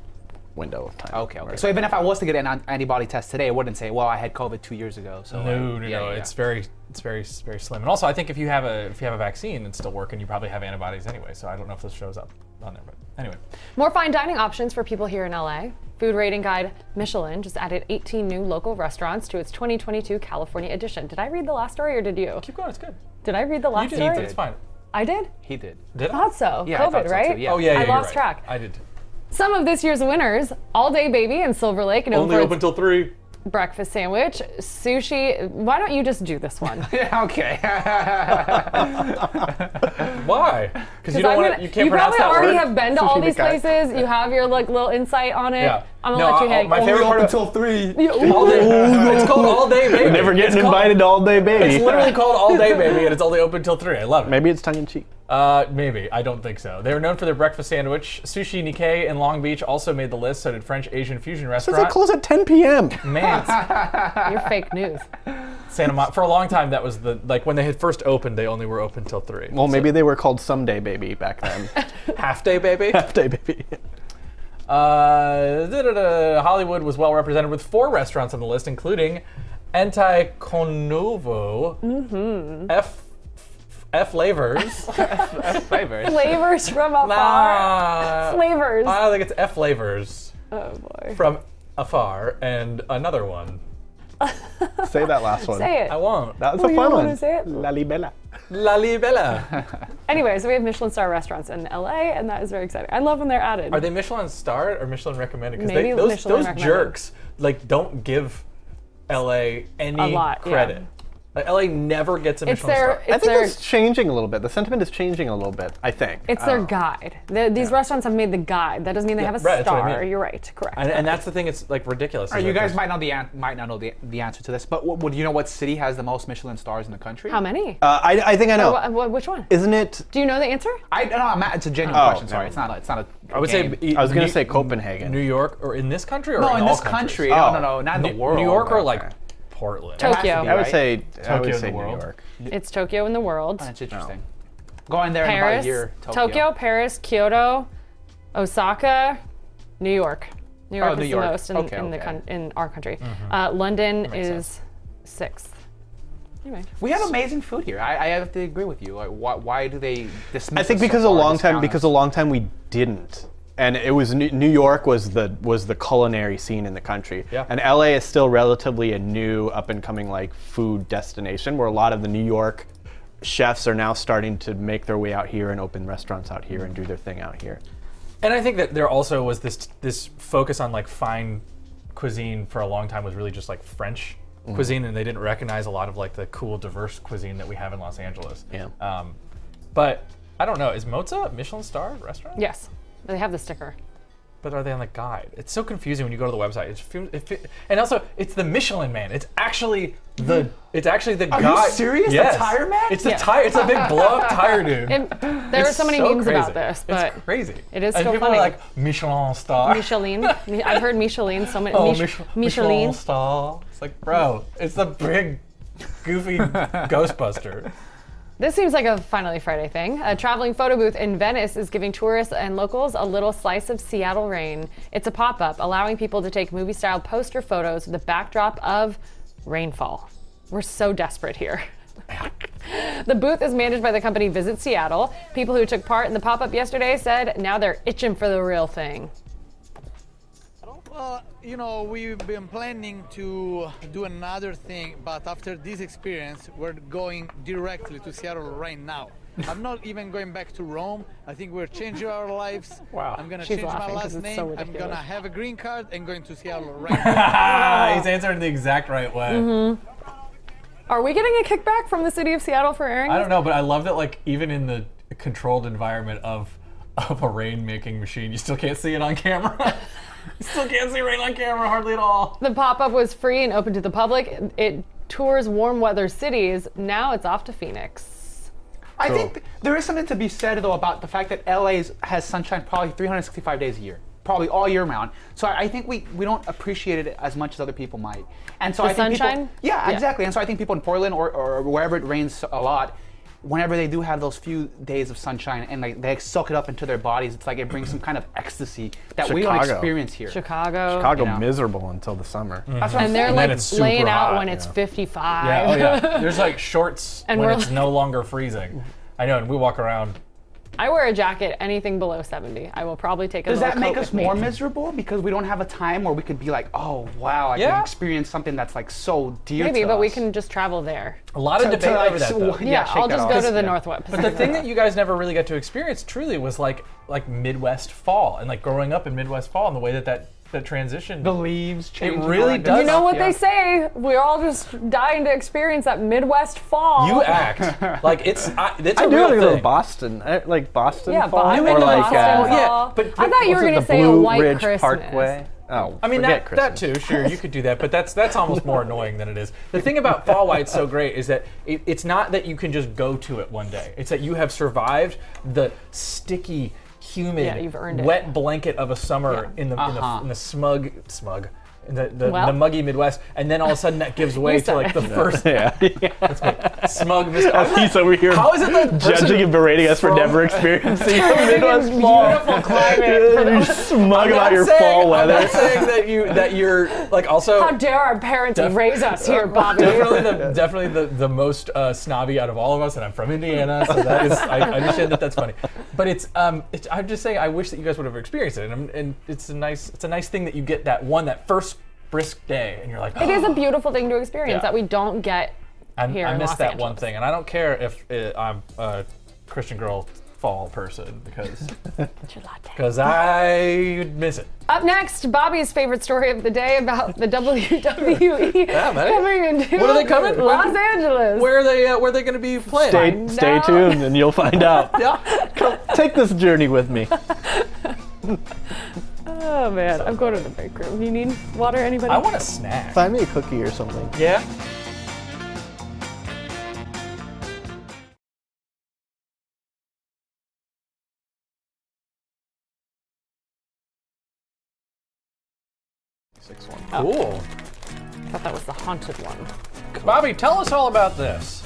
Speaker 4: window of time.
Speaker 3: Okay. Okay. So even if I was to get an an- antibody test today, it wouldn't say, "Well, I had COVID two years ago." So like,
Speaker 1: No, no,
Speaker 3: yeah,
Speaker 1: no.
Speaker 3: yeah,
Speaker 1: It's very, it's very, s- very slim. And also, I think if you have a if you have a vaccine and still working, you probably have antibodies anyway. So I don't know if this shows up on there, but anyway.
Speaker 2: More fine dining options for people here in LA. Food rating guide Michelin just added 18 new local restaurants to its 2022 California edition. Did I read the last story or did you?
Speaker 1: Keep going. It's good.
Speaker 2: Did I read the
Speaker 1: You
Speaker 2: last
Speaker 1: did.
Speaker 2: story?
Speaker 1: It's fine.
Speaker 2: I did.
Speaker 3: he did.
Speaker 1: Did I?
Speaker 2: Thought so.
Speaker 3: Yeah, I
Speaker 2: COVID,
Speaker 3: thought so, too.
Speaker 2: right?
Speaker 3: Yeah.
Speaker 1: Oh yeah, yeah
Speaker 2: I
Speaker 1: you're
Speaker 2: lost
Speaker 1: right.
Speaker 2: track.
Speaker 1: I did. too.
Speaker 2: Some of this year's winners: All Day Baby and Silver Lake, known
Speaker 1: Only
Speaker 2: for
Speaker 1: open till three.
Speaker 2: its breakfast sandwich, sushi. Why don't you just do this one?
Speaker 3: Yeah. Okay.
Speaker 1: Why? Because you
Speaker 2: I'm
Speaker 1: don't want
Speaker 2: gonna-
Speaker 1: to. You can't pronounce
Speaker 2: probably
Speaker 1: that
Speaker 2: already
Speaker 1: word.
Speaker 2: have been to all
Speaker 4: Sushi
Speaker 2: these
Speaker 4: Mikai.
Speaker 2: places. You have your like little insight on it.
Speaker 1: Yeah.
Speaker 2: I'm gonna
Speaker 1: No,
Speaker 2: let you
Speaker 1: I-
Speaker 2: hang. Oh,
Speaker 1: my favorite part of
Speaker 3: until three.
Speaker 1: all day. It's called all day, baby.
Speaker 4: Never
Speaker 1: It's
Speaker 4: getting
Speaker 1: called-
Speaker 4: invited to all day,
Speaker 1: It's
Speaker 4: baby.
Speaker 1: literally called all day, baby, and it's only open till three. I love it.
Speaker 4: Maybe it's tongue in cheek.
Speaker 1: Uh, maybe. I don't think so. They were known for their breakfast sandwich. Sushi Nikkei in Long Beach also made the list, so did French Asian fusion
Speaker 4: Does it
Speaker 1: restaurant.
Speaker 4: close at 10 p.m.?
Speaker 1: Man's
Speaker 2: You're fake news.
Speaker 1: Santa Monica. For a long time, that was the like when they had first opened. They only were open till three.
Speaker 4: Well, maybe they were called Someday Baby back then.
Speaker 1: half day, baby.
Speaker 4: Someday Baby.
Speaker 1: Uh, da-da-da. Hollywood was well represented with four restaurants on the list, including Anti Conovo, F F Flavors.
Speaker 3: Flavors.
Speaker 2: Flavors from afar. Flavors.
Speaker 1: Ah, I think it's F Flavors
Speaker 2: oh boy.
Speaker 1: from afar, and another one.
Speaker 4: Say that last one.
Speaker 2: Say it.
Speaker 1: I won't.
Speaker 4: That was
Speaker 2: Well,
Speaker 4: a
Speaker 2: you
Speaker 4: fun
Speaker 2: don't wanna
Speaker 4: one.
Speaker 2: say it.
Speaker 4: Lalibela.
Speaker 1: Lalibela.
Speaker 2: Anyway, so we have Michelin star restaurants in LA, and that is very exciting. I love when they're added.
Speaker 1: Are they Michelin starred or Michelin recommended? Because
Speaker 2: Maybe
Speaker 1: those
Speaker 2: Michelin
Speaker 1: those
Speaker 2: recommended.
Speaker 1: jerks like don't give LA any
Speaker 2: lot, yeah.
Speaker 1: credit. Like, LA never gets a
Speaker 2: it's
Speaker 1: Michelin
Speaker 2: their.
Speaker 1: star.
Speaker 4: I
Speaker 2: It's
Speaker 4: think
Speaker 2: their.
Speaker 4: it's changing a little bit. The sentiment is changing a little bit, I think.
Speaker 2: It's their guide. The, these restaurants have made the guide. That doesn't mean they have a
Speaker 1: right, that's what I
Speaker 2: star.
Speaker 1: mean.
Speaker 2: You're right. Correct.
Speaker 1: and, and that's the thing. It's like ridiculous. is that
Speaker 3: You guys
Speaker 1: there's-
Speaker 3: might not the an- might not know the, the answer to this, but w- would you know what city has the most Michelin stars in the country?
Speaker 2: How many?
Speaker 4: Uh, I, I think I know.
Speaker 2: Wh- wh- which one?
Speaker 4: Isn't it?
Speaker 2: Do you know the answer?
Speaker 3: I no, I'm not, it's a genuine
Speaker 4: Oh,
Speaker 3: question.
Speaker 4: no.
Speaker 3: Sorry, it's not. A, it's not a.
Speaker 1: I would say.
Speaker 3: game.
Speaker 1: e-
Speaker 4: I was going
Speaker 1: New-
Speaker 4: to say Copenhagen.
Speaker 1: New York, or in this country, or
Speaker 3: no, in,
Speaker 1: all
Speaker 3: this
Speaker 1: countries?
Speaker 3: country.
Speaker 4: Oh.
Speaker 3: No, no, no, not in the
Speaker 1: New-
Speaker 3: world.
Speaker 1: New York or
Speaker 3: Okay.
Speaker 1: like Portland.
Speaker 2: Tokyo.
Speaker 3: Has to be,
Speaker 4: I would
Speaker 3: right?
Speaker 4: say I
Speaker 1: Tokyo
Speaker 4: would
Speaker 1: in
Speaker 4: say
Speaker 1: the
Speaker 4: New
Speaker 1: world.
Speaker 4: York.
Speaker 2: It's Tokyo in the world.
Speaker 3: That's interesting. Go in there in
Speaker 2: Paris,
Speaker 3: about a year. Tokyo.
Speaker 2: Tokyo, Paris, Kyoto, Osaka, New York. New York
Speaker 3: Oh,
Speaker 2: is
Speaker 3: New
Speaker 2: the
Speaker 3: York.
Speaker 2: most in,
Speaker 3: Okay,
Speaker 2: in, the
Speaker 3: okay.
Speaker 2: con- in our country. Uh, London
Speaker 1: makes
Speaker 2: is sixth. Anyway,
Speaker 3: We have amazing food here. I, I have to agree with you. Like, why, why do they dismiss?
Speaker 4: I think
Speaker 3: us so
Speaker 4: because a
Speaker 3: far,
Speaker 4: long
Speaker 3: discount
Speaker 4: time because
Speaker 3: us?
Speaker 4: a long time we didn't, and it was New, New York was the was the culinary scene in the country,
Speaker 1: Yeah.
Speaker 4: and LA is still relatively a new up and coming like food destination where a lot of the New York chefs are now starting to make their way out here and open restaurants out here and do their thing out here.
Speaker 1: And I think that there also was this this focus on like fine cuisine for a long time was really just like French cuisine, and they didn't recognize a lot of like the cool diverse cuisine that we have in Los Angeles.
Speaker 4: Yeah.
Speaker 1: Um, but I don't know. Is Moza a Michelin star restaurant?
Speaker 2: yes, they have the sticker.
Speaker 1: But are they on the guide? It's so confusing when you go to the website. It's fu- it fi- and also it's the Michelin man. It's actually the
Speaker 2: Mm-hmm.
Speaker 1: it's actually the
Speaker 3: you
Speaker 1: guy.
Speaker 3: serious? The
Speaker 1: Yes.
Speaker 3: tire man?
Speaker 1: It's the
Speaker 2: Yeah.
Speaker 1: tire. It's a big blow up tire dude.
Speaker 2: It, there are so many memes
Speaker 1: crazy.
Speaker 2: about this, but
Speaker 1: it's crazy.
Speaker 2: it is
Speaker 1: and
Speaker 2: still
Speaker 1: people
Speaker 2: funny.
Speaker 1: Are like Michelin star.
Speaker 2: Michelin. Mi- I've heard Michelin so many.
Speaker 1: Oh,
Speaker 2: Mich-
Speaker 1: Mich- Michelin.
Speaker 2: Michelin.
Speaker 1: star. It's like, bro, it's the big, goofy Ghostbuster.
Speaker 2: This seems like a finally Friday thing. A traveling photo booth in Venice is giving tourists and locals a little slice of Seattle rain. It's a pop up allowing people to take movie style poster photos with a backdrop of rainfall. We're so desperate here. the booth is managed by the company Visit Seattle. People who took part in the pop up yesterday said now they're itching for the real thing.
Speaker 5: Well, you know, we've been planning to do another thing, but after this experience, we're going directly to Seattle right now. I'm not even going back to Rome. I think we're changing our lives.
Speaker 1: Wow.
Speaker 5: I'm gonna
Speaker 2: She's
Speaker 5: change my
Speaker 2: laughing 'cause
Speaker 5: last
Speaker 2: it's
Speaker 5: name.
Speaker 2: so
Speaker 5: I'm gonna
Speaker 2: ridiculous.
Speaker 5: have a green card and going to Seattle right now.
Speaker 1: Ah, he's answering the exact right way.
Speaker 2: Mm-hmm. Are we getting a kickback from the city of Seattle for airing?
Speaker 1: I
Speaker 2: this?
Speaker 1: don't know, but I love that like even in the controlled environment of of a rain making machine, you still can't see it on camera. you still can't see rain on camera hardly at all.
Speaker 2: The pop up was free and open to the public. It tours warm weather cities. Now it's off to Phoenix.
Speaker 3: I
Speaker 1: Cool.
Speaker 3: think th- there is something to be said though about the fact that LA is, has sunshine probably 365 days a year, probably all year round. So I, I think we, we don't appreciate it as much as other people might. And so I think people-
Speaker 2: sunshine?
Speaker 3: yeah,
Speaker 2: Yeah.
Speaker 3: exactly. And so I think people in Portland or, or wherever it rains a lot, whenever they do have those few days of sunshine and like they soak it up into their bodies, it's like it brings some kind of ecstasy that we don't
Speaker 4: Chicago.
Speaker 3: experience here.
Speaker 2: Chicago.
Speaker 4: Chicago
Speaker 3: You know.
Speaker 4: miserable until the summer.
Speaker 1: Mm.
Speaker 3: That's what I'm
Speaker 2: And they're
Speaker 3: saying.
Speaker 1: then
Speaker 2: like
Speaker 1: it's super
Speaker 2: laying out
Speaker 1: hot,
Speaker 2: when it's
Speaker 4: yeah.
Speaker 2: 55.
Speaker 1: Yeah, oh yeah. There's like shorts
Speaker 2: And
Speaker 1: when
Speaker 2: we're
Speaker 1: it's no longer freezing. I know, and we walk around.
Speaker 2: I wear a jacket anything below 70. I will probably take a
Speaker 3: Does
Speaker 2: little
Speaker 3: that make
Speaker 2: coat
Speaker 3: us
Speaker 2: with me.
Speaker 3: more miserable because we don't have a time where we could be like, oh wow, I
Speaker 1: Yeah.
Speaker 3: can experience something that's like so dear
Speaker 2: Maybe,
Speaker 3: to
Speaker 2: but we
Speaker 3: us.
Speaker 2: can just travel there.
Speaker 1: A lot of
Speaker 3: To- to,
Speaker 1: debate
Speaker 3: like,
Speaker 1: over that.
Speaker 3: so-
Speaker 1: Though.
Speaker 3: Yeah,
Speaker 2: Yeah,
Speaker 3: shake
Speaker 2: I'll
Speaker 3: that
Speaker 2: just
Speaker 3: off.
Speaker 2: go to the
Speaker 3: Yeah.
Speaker 2: Northwest.
Speaker 1: But the thing that you guys never really got to experience truly was like like Midwest fall and like growing up in Midwest fall and the way that that, that transition.
Speaker 3: the leaves change. and all
Speaker 1: really
Speaker 3: that good
Speaker 1: does.
Speaker 2: you know
Speaker 3: stuff,
Speaker 2: what
Speaker 3: yeah.
Speaker 2: they say? We're all just dying to experience that Midwest fall.
Speaker 1: you act like it's I, it's
Speaker 4: I
Speaker 1: a
Speaker 4: do
Speaker 1: real
Speaker 4: like a little
Speaker 1: thing.
Speaker 4: Boston, I- like Boston
Speaker 2: Yeah,
Speaker 4: fall,
Speaker 2: Boston,
Speaker 4: or like
Speaker 2: Boston
Speaker 4: uh,
Speaker 2: fall.
Speaker 1: yeah, but-
Speaker 2: I thought you
Speaker 4: what's
Speaker 2: were
Speaker 4: it,
Speaker 2: going
Speaker 4: the
Speaker 2: to say
Speaker 4: Blue
Speaker 2: a white
Speaker 4: Ridge
Speaker 2: Christmas.
Speaker 4: Parkway. Oh,
Speaker 1: I mean
Speaker 4: forget
Speaker 1: that, that
Speaker 4: Christmas.
Speaker 1: too. Sure, you could do that, but that's that's almost more annoying than it is. The thing about fall why it's so great is that it, it's not that you can just go to it one day. It's that you have survived the sticky, humid,
Speaker 2: Yeah, you've earned it.
Speaker 1: wet blanket of a summer in, the, in
Speaker 3: Uh-huh.
Speaker 1: the in the smug smug. in The, the,
Speaker 2: Well.
Speaker 1: the muggy Midwest, and then all of a sudden that gives way
Speaker 2: You
Speaker 1: to
Speaker 2: said
Speaker 1: like the
Speaker 2: it.
Speaker 1: first
Speaker 4: Yeah,
Speaker 1: smug. Mis- I'm
Speaker 4: he's over here.
Speaker 1: How is it that person-
Speaker 4: judging and berating us for
Speaker 1: from-
Speaker 4: never experiencing a Midwest
Speaker 2: Beautiful
Speaker 4: fall? You're smug
Speaker 1: not
Speaker 4: about your
Speaker 1: saying-
Speaker 4: fall
Speaker 1: I'm
Speaker 4: weather.
Speaker 1: not saying that you that you're like also
Speaker 2: How dare our parents
Speaker 1: Oh. Def-
Speaker 2: raise us here, Bobby?
Speaker 1: definitely the definitely the, the most uh, snobby out of all of us, and I'm from Indiana, so that is I, I understand that that's funny. But it's um it's, I'm just saying I wish that you guys would have experienced it, and, i and it's a nice it's a nice thing that you get that one that first brisk day, and you're like
Speaker 2: it is a beautiful thing to experience
Speaker 1: Yeah.
Speaker 2: that we don't get
Speaker 1: I,
Speaker 2: here
Speaker 1: I
Speaker 2: in
Speaker 1: miss
Speaker 2: Los
Speaker 1: that one
Speaker 2: Angeles.
Speaker 1: thing, and I don't care if uh I'm a Christian girl fall person because because I miss it.
Speaker 2: Up next, Bobby's favorite story of the day about the WWE
Speaker 1: man.
Speaker 2: coming into
Speaker 1: When are they coming?
Speaker 2: Los
Speaker 1: When-
Speaker 2: Angeles.
Speaker 1: Where are they uh, where are they going to be playing?
Speaker 4: Stay, stay
Speaker 2: No.
Speaker 4: tuned and you'll find out.
Speaker 1: Yeah.
Speaker 4: Take this journey with me.
Speaker 2: Oh man, I'm going to the break room. You need water, anybody?
Speaker 1: I want a snack.
Speaker 4: Find me a cookie or something.
Speaker 1: Yeah.
Speaker 4: Six one.
Speaker 1: Cool.
Speaker 2: I thought that was the haunted one.
Speaker 1: Bobby, tell us all about this.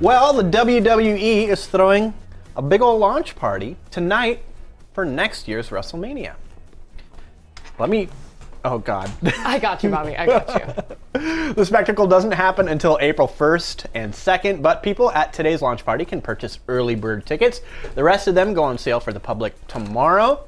Speaker 4: Well, the WWE is throwing a big old launch party tonight for next year's WrestleMania. Let me. Oh, God.
Speaker 2: I got you, Bobby. I got you.
Speaker 4: the spectacle doesn't happen until April 1st and 2nd, but people at today's launch party can purchase early bird tickets. The rest of them go on sale for the public tomorrow.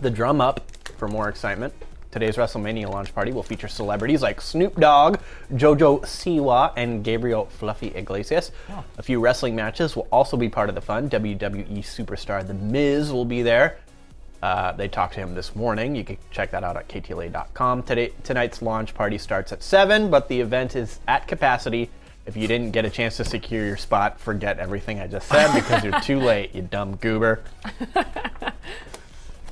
Speaker 4: The drum up for more excitement. Today's WrestleMania launch party will feature celebrities like Snoop Dogg, JoJo Siwa, and Gabriel Fluffy Iglesias. A few wrestling matches will also be part of the fun. WWE superstar The Miz will be there. Uh, they talked to him this morning. You can check that out at ktla.com. Today, tonight's launch party starts at 7, but the event is at capacity. If you didn't get a chance to secure your spot, forget everything I just said because you're too late, you dumb goober.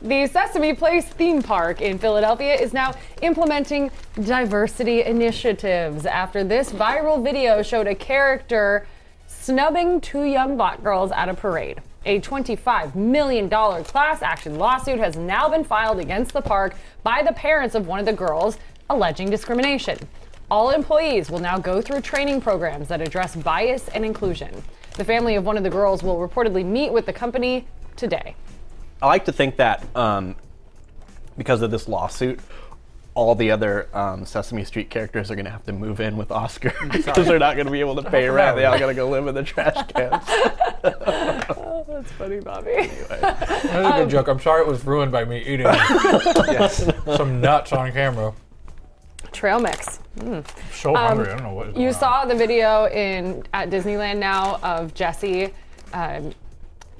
Speaker 2: The Sesame Place theme park in Philadelphia is now implementing diversity initiatives after this viral video showed a character snubbing two young black girls at a parade. A $25 million class action lawsuit has now been filed against the park by the parents of one of the girls, alleging discrimination. All employees will now go through training programs that address bias and inclusion. The family of one of the girls will reportedly meet with the company today.
Speaker 4: I like to think that um, because of this lawsuit, all the other um, Sesame Street characters are going to have to move in with Oscar because they're not going to be able to pay rent. They all got to go live in the trash cans.
Speaker 2: That's funny, Bobby.
Speaker 1: That was a good joke. I'm sorry it was ruined by me eating some nuts on camera.
Speaker 2: Trail mix.
Speaker 1: So hungry. I don't know what. is
Speaker 2: Um, You
Speaker 1: going on.
Speaker 2: saw the video in at Disneyland now of Jesse. Um,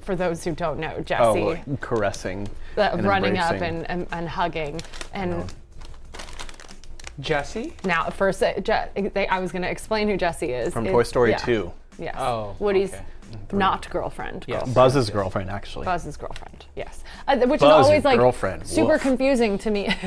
Speaker 2: for those who don't know, Jesse
Speaker 4: Oh, like, caressing,
Speaker 2: that
Speaker 4: and
Speaker 2: running up
Speaker 4: embracing.
Speaker 2: and, and, and hugging, and
Speaker 3: Jesse?
Speaker 2: now at first uh, Je- they, I was going to explain who Jesse is
Speaker 4: from
Speaker 2: It-
Speaker 4: Toy Story
Speaker 2: yeah,
Speaker 4: 2.
Speaker 2: Yes.
Speaker 3: Oh,
Speaker 2: Woody's
Speaker 3: okay.
Speaker 2: not girlfriend.
Speaker 3: Yes.
Speaker 2: girlfriend.
Speaker 4: Buzz's girlfriend, actually.
Speaker 2: Buzz's girlfriend. Yes. Uh, th- which
Speaker 4: Buzz,
Speaker 2: is always like
Speaker 4: girlfriend,
Speaker 2: super
Speaker 4: woof.
Speaker 2: confusing to me.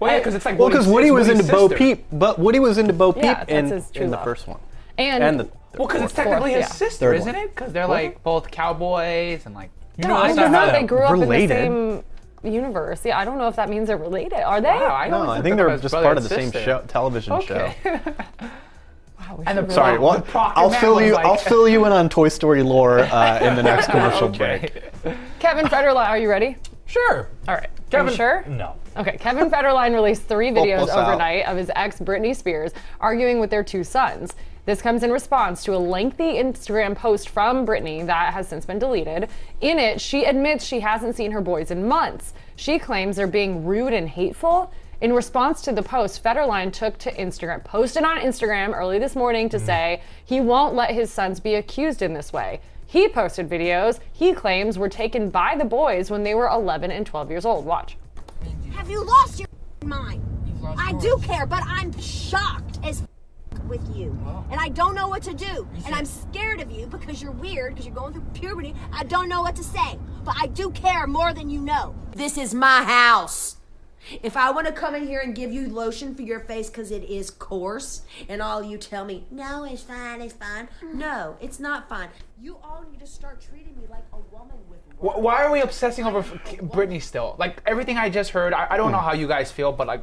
Speaker 3: Well, yeah, because it's like
Speaker 4: Well, because Woody was into Bo
Speaker 3: sister.
Speaker 4: Peep, but Woody was into Bo Peep
Speaker 2: Yeah, that's
Speaker 4: in,
Speaker 2: his true
Speaker 4: in the
Speaker 2: love.
Speaker 4: first one.
Speaker 2: and
Speaker 4: And the
Speaker 3: Well, because it's
Speaker 2: Fourth,
Speaker 3: technically his
Speaker 2: yeah.
Speaker 3: sister,
Speaker 4: Third
Speaker 3: is isn't
Speaker 4: one.
Speaker 3: it? Because they're like both cowboys and like.
Speaker 1: You
Speaker 2: no,
Speaker 1: know,
Speaker 2: I
Speaker 1: that's
Speaker 2: just
Speaker 1: not
Speaker 2: know
Speaker 1: how
Speaker 2: they
Speaker 1: that-
Speaker 2: grew up
Speaker 4: related.
Speaker 2: in the same universe. Yeah, I don't know if that means they're related. Are they?
Speaker 3: Wow, I,
Speaker 4: No,
Speaker 3: always
Speaker 4: I
Speaker 3: looked
Speaker 4: think
Speaker 3: at
Speaker 4: they
Speaker 3: them
Speaker 4: were
Speaker 3: as
Speaker 4: just
Speaker 3: brother
Speaker 4: part of
Speaker 3: and
Speaker 4: the same
Speaker 3: sister.
Speaker 4: show, television show.
Speaker 3: Okay.
Speaker 2: Wow, we
Speaker 3: And the
Speaker 2: should
Speaker 4: Sorry,
Speaker 2: really-
Speaker 3: Well,
Speaker 4: well,
Speaker 3: the Proctor
Speaker 4: I'll
Speaker 3: Man
Speaker 4: fill
Speaker 3: was
Speaker 4: you.
Speaker 3: like-
Speaker 4: I'll fill you in on Toy Story lore uh, in the next commercial break.
Speaker 2: Kevin Federline, are you ready?
Speaker 1: Sure.
Speaker 2: All right. Are
Speaker 1: Kevin-
Speaker 2: you sure?
Speaker 1: No.
Speaker 2: Okay, Kevin Federline released three videos
Speaker 4: Help us out.
Speaker 2: overnight of his ex Britney Spears arguing with their two sons. This comes in response to a lengthy Instagram post from Britney that has since been deleted. In it, she admits she hasn't seen her boys in months. She claims they're being rude and hateful. In response to the post, Federline took to Instagram, posted on Instagram early this morning to say he won't let his sons be accused in this way. He posted videos he claims were taken by the boys when they were 11 and 12 years old. Watch.
Speaker 6: Have you lost your mind? I do care, but I'm shocked as with you. And I don't know what to do. And I'm scared of you because you're weird, because you're going through puberty. I don't know what to say. But I do care more than you know. This is my house. If I want to come in here and give you lotion for your face because it is coarse, and all you tell me, no, it's fine, it's fine. No, it's not fine. You all need to start treating me like a woman with
Speaker 3: Wh- Why are we obsessing over f- K- Britney still? Like everything I just heard, I, I don't know how you guys feel, but like,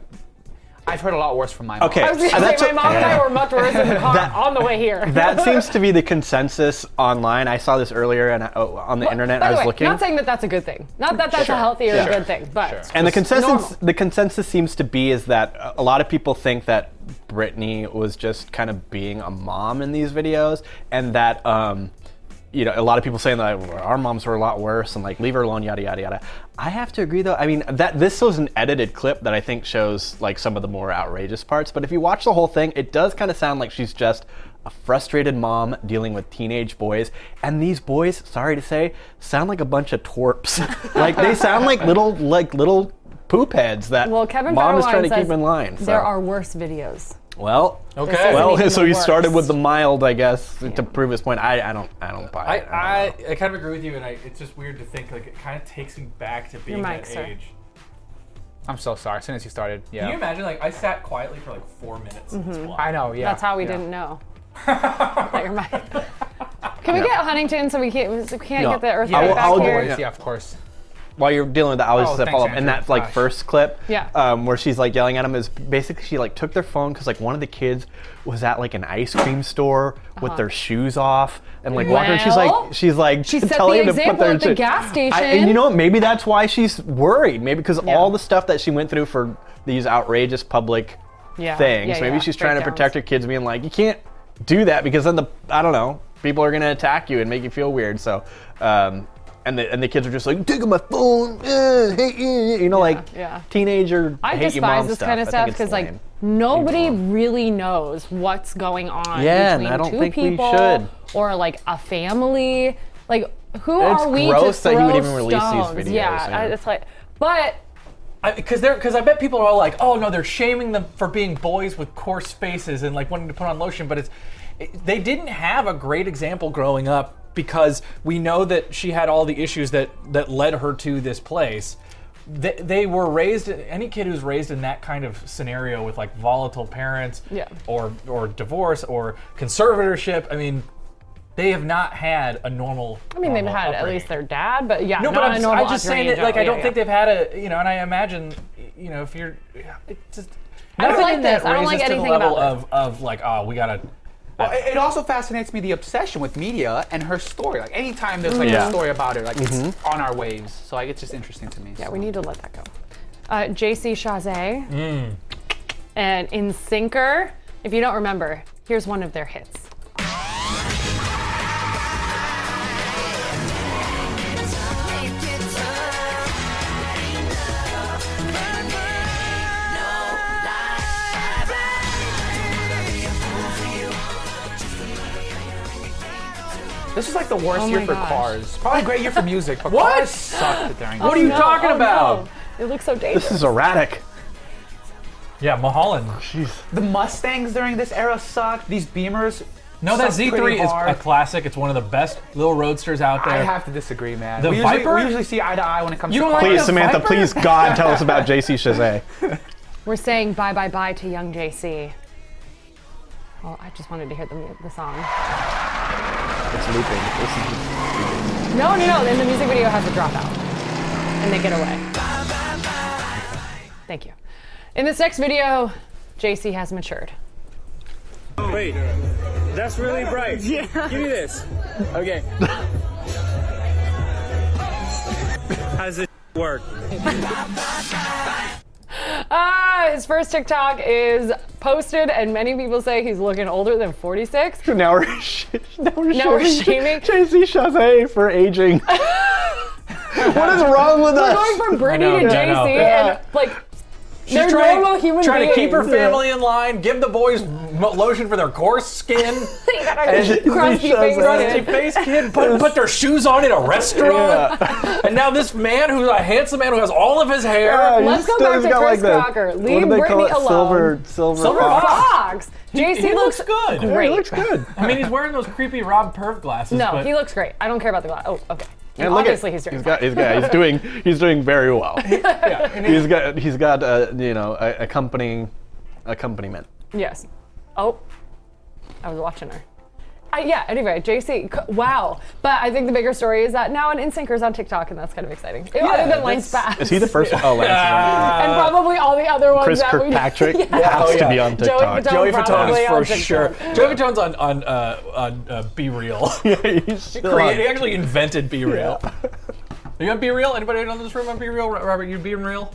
Speaker 3: I've heard a lot worse from my mom.
Speaker 4: Okay.
Speaker 2: I was gonna
Speaker 4: so
Speaker 2: say
Speaker 4: that's
Speaker 2: my
Speaker 4: a-
Speaker 2: mom and I were much worse in the car on the way here.
Speaker 4: That seems to be the consensus online. I saw this earlier and I, oh, on the internet.
Speaker 2: By
Speaker 4: I
Speaker 2: the
Speaker 4: was
Speaker 2: way,
Speaker 4: looking.
Speaker 2: Not saying that that's a good thing. Not that that's a healthy or a
Speaker 4: sure,
Speaker 2: good thing, but
Speaker 4: and the consensus
Speaker 2: normal.
Speaker 4: the consensus seems to be is that a- a lot of people think that Britney was just kind of being a mom in these videos, and that um, you know a lot of people saying that "Well, our moms were a lot worse and like leave her alone, yada yada yada. I have to agree though. I mean that this was an edited clip that I think shows like some of the more outrageous parts, but if you watch the whole thing, it does kind of sound like she's just. A frustrated mom dealing with teenage boys, and these boys, sorry to say, sound like a bunch of twerps. like they sound like little, like little poop heads that
Speaker 2: well, Kevin
Speaker 4: mom
Speaker 2: Federline
Speaker 4: is trying to
Speaker 2: says
Speaker 4: keep in line. So.
Speaker 2: There are worse videos.
Speaker 4: well,
Speaker 1: Okay. This isn't
Speaker 4: Well,
Speaker 2: even
Speaker 4: so
Speaker 2: the
Speaker 4: he started
Speaker 2: worst.
Speaker 4: with the mild, I guess, to prove his point. I, I don't, I don't buy
Speaker 1: I,
Speaker 4: it. I don't know.
Speaker 1: I, I kind of agree with you, and I, it's just weird to think like it kind of takes me back to being
Speaker 2: mic,
Speaker 1: that
Speaker 2: sir.
Speaker 1: age.
Speaker 3: I'm so sorry. As soon as you started, yeah.
Speaker 1: Can you imagine? Like I sat quietly for like four minutes. in this
Speaker 2: Mm-hmm.
Speaker 1: vlog.
Speaker 3: I know. Yeah.
Speaker 2: That's how we
Speaker 3: yeah.
Speaker 2: didn't know. That you're mine. Can we
Speaker 4: Yeah.
Speaker 2: get Huntington so we can't, so we can't
Speaker 4: No.
Speaker 2: get the earth
Speaker 4: Yeah,
Speaker 2: right
Speaker 4: I'll-
Speaker 2: back
Speaker 4: I'll-
Speaker 2: here?
Speaker 3: Yeah. of course.
Speaker 4: While you're dealing with that, I was
Speaker 3: Oh,
Speaker 4: just
Speaker 3: thanks,
Speaker 4: follow up, and
Speaker 3: Andrew.
Speaker 4: that like
Speaker 3: Gosh.
Speaker 4: first clip,
Speaker 2: Yeah.
Speaker 4: um, where she's like yelling at him is basically she like took their phone because like one of the kids was at like an ice cream store with their shoes off and like walking. She's
Speaker 2: Uh-huh. Well,
Speaker 4: like, she's like,
Speaker 2: she set
Speaker 4: telling
Speaker 2: the
Speaker 4: him to put
Speaker 2: example
Speaker 4: their
Speaker 2: at the
Speaker 4: shit-
Speaker 2: gas
Speaker 4: I- and you
Speaker 2: station.
Speaker 4: know, what? maybe that's why she's worried. Maybe because
Speaker 2: Yeah.
Speaker 4: all the stuff that she went through for these outrageous public
Speaker 2: Yeah,
Speaker 4: things.
Speaker 2: yeah,
Speaker 4: Maybe
Speaker 2: yeah,
Speaker 4: she's trying to
Speaker 2: breakdowns.
Speaker 4: protect her kids, being like, you can't do that because then the I don't know, people are gonna attack you and make you feel weird. So, um, and the and the kids are just like, taking my phone, eh, hate you, you know, like
Speaker 2: yeah.
Speaker 4: teenager
Speaker 2: I
Speaker 4: hate your
Speaker 2: despise
Speaker 4: mom
Speaker 2: this
Speaker 4: stuff.
Speaker 2: kind of
Speaker 4: I think
Speaker 2: stuff
Speaker 4: it's
Speaker 2: because like
Speaker 4: lame.
Speaker 2: nobody
Speaker 4: Leave it alone.
Speaker 2: really knows what's going on
Speaker 4: Yeah, and
Speaker 2: between
Speaker 4: I don't
Speaker 2: two
Speaker 4: think we
Speaker 2: people
Speaker 4: should.
Speaker 2: or like a family. Like who
Speaker 4: It's
Speaker 2: are we
Speaker 4: gross
Speaker 2: to
Speaker 4: that
Speaker 2: throw
Speaker 4: he would even release these
Speaker 2: stones?
Speaker 4: videos,
Speaker 2: Yeah,
Speaker 4: yeah.
Speaker 2: I- it's like, but
Speaker 1: because they're because I bet people are all like, oh no, they're shaming them for being boys with coarse faces and like wanting to put on lotion, but it's it, they didn't have a great example growing up because we know that she had all the issues that that led her to this place. They, they were raised. Any kid who's raised in that kind of scenario with like volatile parents,
Speaker 2: Yeah.
Speaker 1: or or divorce or conservatorship. I mean, they have not had a normal.
Speaker 2: I mean, they've had at least their dad, but yeah,
Speaker 1: No,
Speaker 2: not
Speaker 1: but
Speaker 2: a
Speaker 1: I'm,
Speaker 2: normal
Speaker 1: I'm just saying
Speaker 2: upbringing
Speaker 1: that,
Speaker 2: in
Speaker 1: like, I
Speaker 2: general.
Speaker 1: don't
Speaker 2: Yeah,
Speaker 1: think
Speaker 2: yeah.
Speaker 1: they've had a, you know, and I imagine, you know, if you're, it just,
Speaker 2: don't
Speaker 1: nothing
Speaker 2: like
Speaker 1: in that
Speaker 2: this. I don't
Speaker 1: raises
Speaker 2: like
Speaker 1: to the
Speaker 2: anything
Speaker 1: level
Speaker 2: about
Speaker 1: of, of like, oh, we gotta,
Speaker 3: Well, it, it also fascinates me the obsession with media and her story. Like anytime there's like
Speaker 4: Yeah.
Speaker 3: a story about her, like
Speaker 1: Mm-hmm.
Speaker 3: it's on our waves. So like it's just interesting to me.
Speaker 2: Yeah,
Speaker 3: so.
Speaker 2: we need to let that go. Uh, JC Chazet
Speaker 4: Mm.
Speaker 2: and In Sinker. If you don't remember, here's one of their hits.
Speaker 3: This is like the worst
Speaker 2: Oh
Speaker 3: year
Speaker 2: my
Speaker 3: for
Speaker 2: gosh.
Speaker 3: cars. Probably a great year for music, but
Speaker 1: What?
Speaker 3: cars sucked during
Speaker 1: What are
Speaker 3: this.
Speaker 1: you
Speaker 2: No,
Speaker 1: talking
Speaker 2: oh
Speaker 1: about?
Speaker 2: no. It looks so
Speaker 4: This
Speaker 2: dangerous.
Speaker 4: is erratic.
Speaker 1: Yeah, Mulholland.
Speaker 3: The Mustangs during this era sucked. These Beamers.
Speaker 1: No, that
Speaker 3: sucked pretty
Speaker 1: Z3 is
Speaker 3: hard.
Speaker 1: a classic. It's one of the best little roadsters out
Speaker 3: I
Speaker 1: there.
Speaker 3: have to disagree, man.
Speaker 1: The
Speaker 3: we, usually,
Speaker 1: Viper?
Speaker 3: we usually see eye to eye when it comes
Speaker 1: You
Speaker 3: to
Speaker 1: don't
Speaker 3: cars.
Speaker 1: like
Speaker 4: Please,
Speaker 1: the
Speaker 4: Samantha,
Speaker 1: Viper?
Speaker 4: please, God, tell us about JC Chazet.
Speaker 2: We're saying bye bye bye to young JC. Well, I just wanted to hear the, mu- the song.
Speaker 4: It's looping. This is-
Speaker 2: No, no, no. Then the music video has a dropout, and they get away. Thank you. In this next video, JC has matured.
Speaker 7: Wait, that's really bright. Yeah. Give me this. Okay. How does this work?
Speaker 2: Ah, his first TikTok is posted, and many people say he's looking older than 46.
Speaker 4: now we're, sh- now we're,
Speaker 2: Now we're shaming.
Speaker 4: shaming JC Chazet for aging. what is wrong with
Speaker 2: We're
Speaker 4: us?
Speaker 2: going from Britney
Speaker 1: know,
Speaker 2: to
Speaker 1: I know.
Speaker 2: JC,
Speaker 4: Yeah.
Speaker 2: and like
Speaker 1: She's
Speaker 2: they're
Speaker 1: trying,
Speaker 2: normal human
Speaker 1: trying to keep her
Speaker 2: beings.
Speaker 1: family in line, give the boys mo- lotion for their coarse skin,
Speaker 2: You gotta crusty
Speaker 4: shows
Speaker 2: fingers.
Speaker 4: up.
Speaker 1: crusty face kid, put, put their shoes on in a restaurant. And now this man who's a handsome man who has all of his hair.
Speaker 4: Yeah, he
Speaker 2: Let's go
Speaker 4: still-
Speaker 2: back
Speaker 4: he's
Speaker 2: to
Speaker 4: got
Speaker 2: Chris
Speaker 4: the-
Speaker 2: Crocker.
Speaker 4: what do
Speaker 2: Leave
Speaker 4: they call
Speaker 2: Britney
Speaker 4: it?
Speaker 2: alone.
Speaker 4: Silver, silver,
Speaker 1: Silver
Speaker 4: fox.
Speaker 2: Fox. JC
Speaker 1: He looks good. Yeah, he
Speaker 2: Great.
Speaker 4: It looks good.
Speaker 1: I mean, he's wearing those creepy Rob Perv glasses.
Speaker 2: no,
Speaker 1: but
Speaker 2: he looks great. I don't care about the glass. Oh, okay.
Speaker 4: And look at-
Speaker 2: obviously he's doing
Speaker 4: he's
Speaker 2: fine.
Speaker 4: got, he's got, he's doing, he's doing very well. he's got, he's got, uh, you know, a, accompanying, accompaniment.
Speaker 2: Yes. Oh, I was watching her. I, yeah, anyway, JC, c- wow. But I think the bigger story is that now an InSyncer's on TikTok, and that's kind of exciting. other than Lance
Speaker 1: that's- uh,
Speaker 2: Bass.
Speaker 4: Is he the first one? Oh, Lance.
Speaker 2: and probably all the other ones
Speaker 4: Chris
Speaker 2: that we
Speaker 4: Kirkpatrick
Speaker 2: Oh, Yeah.
Speaker 4: has
Speaker 1: Oh,
Speaker 4: to be
Speaker 1: yeah.
Speaker 4: on
Speaker 2: Joey
Speaker 4: TikTok.
Speaker 2: Fatone.
Speaker 1: Joey
Speaker 2: Probably
Speaker 1: Fatone
Speaker 2: on
Speaker 1: is for
Speaker 2: TikTok.
Speaker 1: sure. Joey Fatone's on on uh, on uh, Be Real.
Speaker 4: He's still on.
Speaker 1: Create- he actually invented Be Real. Are you on Be Real? Anybody in this room on Be Real? Ro- Robert, you being real?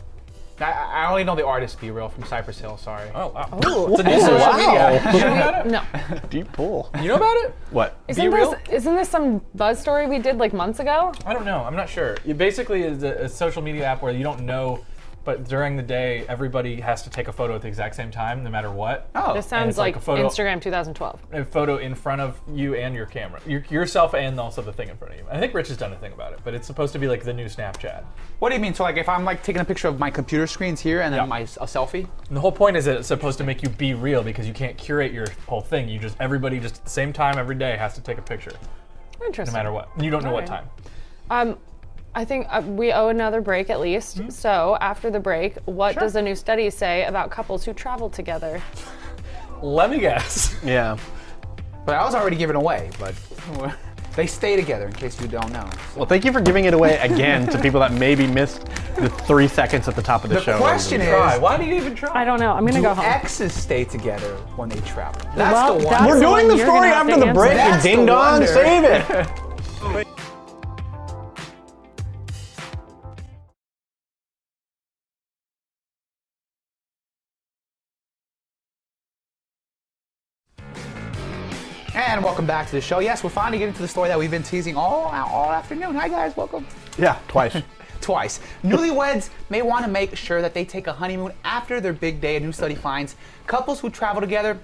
Speaker 3: I, I only know the artist Be Real from Cypress Hill. Sorry.
Speaker 1: Oh wow!
Speaker 2: Ooh.
Speaker 1: It's a new social
Speaker 4: wow.
Speaker 1: media. You know about it?
Speaker 2: No.
Speaker 4: Deep pool.
Speaker 1: You know about it?
Speaker 4: What?
Speaker 2: Isn't
Speaker 1: real?
Speaker 2: this, isn't this some buzz story we did like months ago?
Speaker 1: I don't know. I'm not sure. It basically is a, a social media app where you don't know, but during the day, everybody has to take a photo at the exact same time, no matter what.
Speaker 3: Oh.
Speaker 2: This sounds
Speaker 1: it's like
Speaker 2: like,
Speaker 1: a photo-
Speaker 2: Instagram 2012.
Speaker 1: A photo in front of you and your camera, your, yourself, and also the thing in front of you. I think Rich has done a thing about it, but it's supposed to be like the new Snapchat.
Speaker 3: What do you mean? So like if I'm like taking a picture of my computer screens here and then
Speaker 1: Yeah.
Speaker 3: my s- a selfie?
Speaker 1: And the whole point is that it's supposed to make you be real because you can't curate your whole thing. You just everybody just at the same time every day has to take a picture, no
Speaker 2: Interesting.
Speaker 1: matter what. And you don't know what
Speaker 2: Alright.
Speaker 1: time.
Speaker 2: Um, I think uh, we owe another break at least.
Speaker 1: Mm-hmm.
Speaker 2: So after the break, what does a new study say about couples who travel together?
Speaker 1: Let me guess.
Speaker 4: Yeah.
Speaker 3: But I was already given away. But they stay together in case you don't know.
Speaker 4: Well, thank you for giving it away again to people that maybe missed the three seconds at the top of the,
Speaker 3: The
Speaker 4: show.
Speaker 3: question is,
Speaker 1: Why? Why do you even try?
Speaker 2: I don't know. I'm gonna
Speaker 3: do
Speaker 2: go home.
Speaker 3: exes stay together when they travel? That's
Speaker 2: Well,
Speaker 3: the one.
Speaker 2: that's-
Speaker 4: We're doing the
Speaker 2: You're gonna
Speaker 4: story
Speaker 2: have to
Speaker 4: after the
Speaker 2: answer
Speaker 4: break.
Speaker 2: that.
Speaker 4: You
Speaker 3: That's the
Speaker 4: ding dong,
Speaker 3: wonder.
Speaker 4: save it.
Speaker 3: And welcome back to the show. Yes, we're finally getting to the story that we've been teasing all all afternoon. Hi guys, welcome.
Speaker 4: Yeah, twice.
Speaker 3: Twice. Newlyweds may want to make sure that they take a honeymoon after their big day. A new study finds couples who travel together,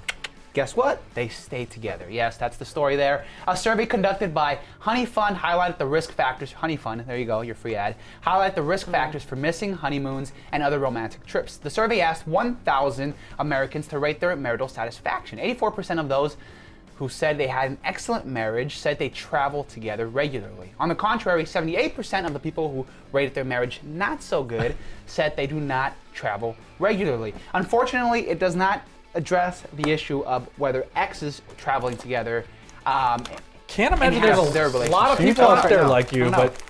Speaker 3: guess what? They stay together. Yes, that's the story there. A survey conducted by Honey Fund highlighted the risk factors. Honey Fund, there you go, your free ad. Highlight the risk factors for missing honeymoons and other romantic trips. The survey asked 1,000 Americans to rate their marital satisfaction. 84% of those who said they had an excellent marriage said they travel together regularly. On the contrary, 78% of the people who rated their marriage not so good said they do not travel regularly. Unfortunately, it does not address the issue of whether exes traveling together. Um,
Speaker 1: Can't imagine
Speaker 3: Enhance
Speaker 1: there's a
Speaker 3: their
Speaker 1: lot of
Speaker 3: relationship. You
Speaker 1: people
Speaker 3: tell us
Speaker 1: out
Speaker 3: right
Speaker 1: there
Speaker 3: now.
Speaker 1: like you,
Speaker 3: I know.
Speaker 1: but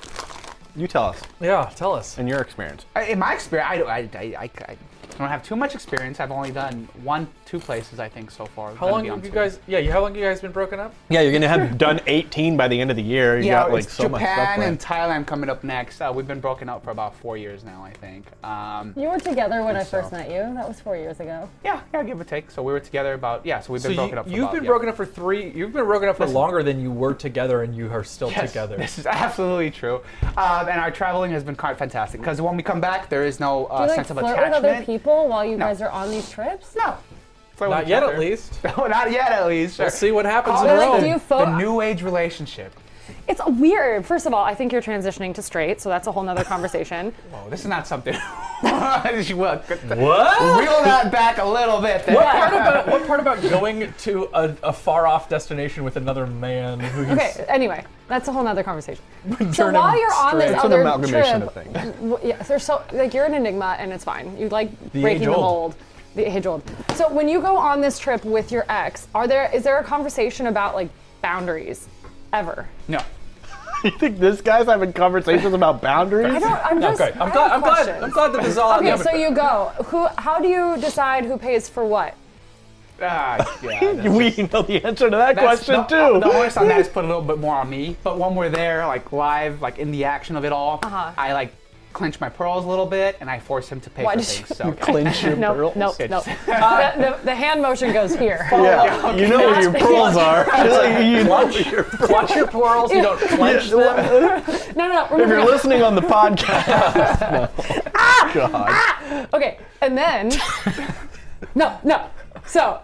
Speaker 4: You tell us
Speaker 1: yeah, tell us.
Speaker 4: in your experience.
Speaker 3: in my experience, I, do- I, I, I, I don't have too much experience. I've only done one, two places I think so far.
Speaker 1: How long have you guys? Yeah, you, how long you guys been broken up?
Speaker 4: Yeah, you're gonna have done 18 by the end of the year. You
Speaker 3: yeah,
Speaker 4: got like
Speaker 3: it's
Speaker 4: so
Speaker 3: Japan
Speaker 4: much stuff.
Speaker 3: and
Speaker 4: left.
Speaker 3: Thailand coming up next. Uh, we've been broken up for about four years now, I think. Um,
Speaker 2: You were together when I first
Speaker 3: so.
Speaker 2: met you. That was four years ago.
Speaker 3: yeah, yeah, give or take. So we were together about yeah. So we've
Speaker 1: So
Speaker 3: been
Speaker 1: you,
Speaker 3: broken up. For
Speaker 1: you've
Speaker 3: about,
Speaker 1: been
Speaker 3: yeah.
Speaker 1: broken up for three. You've been broken up for longer than you were together, and you are still
Speaker 3: Yes,
Speaker 1: together.
Speaker 3: This is absolutely true. Um, and our traveling has been quite fantastic because when we come back, there is no uh,
Speaker 2: Do you like
Speaker 3: sense of
Speaker 2: flirt
Speaker 3: attachment.
Speaker 2: with other people while you
Speaker 3: No.
Speaker 2: guys are on these trips?
Speaker 3: No. Flirt with
Speaker 1: Not
Speaker 3: each
Speaker 1: yet,
Speaker 3: other.
Speaker 1: at least.
Speaker 3: No, not yet, at least. Sure.
Speaker 1: Let's see what happens
Speaker 3: Call
Speaker 1: in
Speaker 3: it
Speaker 2: Rome.
Speaker 3: the-
Speaker 2: Do you fo-
Speaker 3: the new age relationship.
Speaker 2: It's weird. First of all, I think you're transitioning to straight, so that's a whole nother conversation.
Speaker 3: Oh, this is not something. she will. Reel
Speaker 1: What?
Speaker 3: that back a little bit. There.
Speaker 1: What part about what part about going to a, a far off destination with another man who you
Speaker 2: Okay, anyway, that's a whole nother conversation. so
Speaker 1: turn
Speaker 2: while
Speaker 1: him
Speaker 2: you're on this
Speaker 1: straight?
Speaker 4: It's an
Speaker 2: other
Speaker 4: amalgamation
Speaker 2: trip,
Speaker 4: of things.
Speaker 2: w- yeah, so, so like you're an enigma and it's fine. You like breaking the
Speaker 1: age-old.
Speaker 2: mold. The age old. So when you go on this trip with your ex, are there is there a conversation about like boundaries ever?
Speaker 3: No.
Speaker 4: You think this guy's having conversations about boundaries?
Speaker 2: I don't I'm
Speaker 1: No,
Speaker 2: just
Speaker 1: great. I'm
Speaker 2: I have
Speaker 1: glad. I'm glad.
Speaker 2: questions.
Speaker 1: I'm glad that this is all out in
Speaker 2: Okay,
Speaker 1: the
Speaker 2: so
Speaker 1: open.
Speaker 2: you go. Who how do you decide who pays for what?
Speaker 3: Ah, yeah. that's-
Speaker 4: we know the answer to that
Speaker 3: that's-
Speaker 4: question
Speaker 3: the,
Speaker 4: too.
Speaker 3: The onus on that is put a little bit more on me. But when we're there, like live, like in the action of it all,
Speaker 2: Uh-huh.
Speaker 3: I like clench my pearls a little bit and I force him to pay
Speaker 2: Why
Speaker 3: for
Speaker 2: did
Speaker 3: things.
Speaker 2: you-
Speaker 3: So.
Speaker 4: Clinch your
Speaker 2: No,
Speaker 4: pearls.
Speaker 2: no,
Speaker 3: Okay,
Speaker 2: no.
Speaker 3: just-
Speaker 2: the, the, the hand motion goes here.
Speaker 4: Yeah, you know where your pearls are. you know where your
Speaker 1: Watch your plurals. You don't clench them.
Speaker 4: pearls.
Speaker 2: No, no, no.
Speaker 4: If
Speaker 2: Remember,
Speaker 4: you're listening on the podcast, no. God.
Speaker 2: Okay, and then no, no. So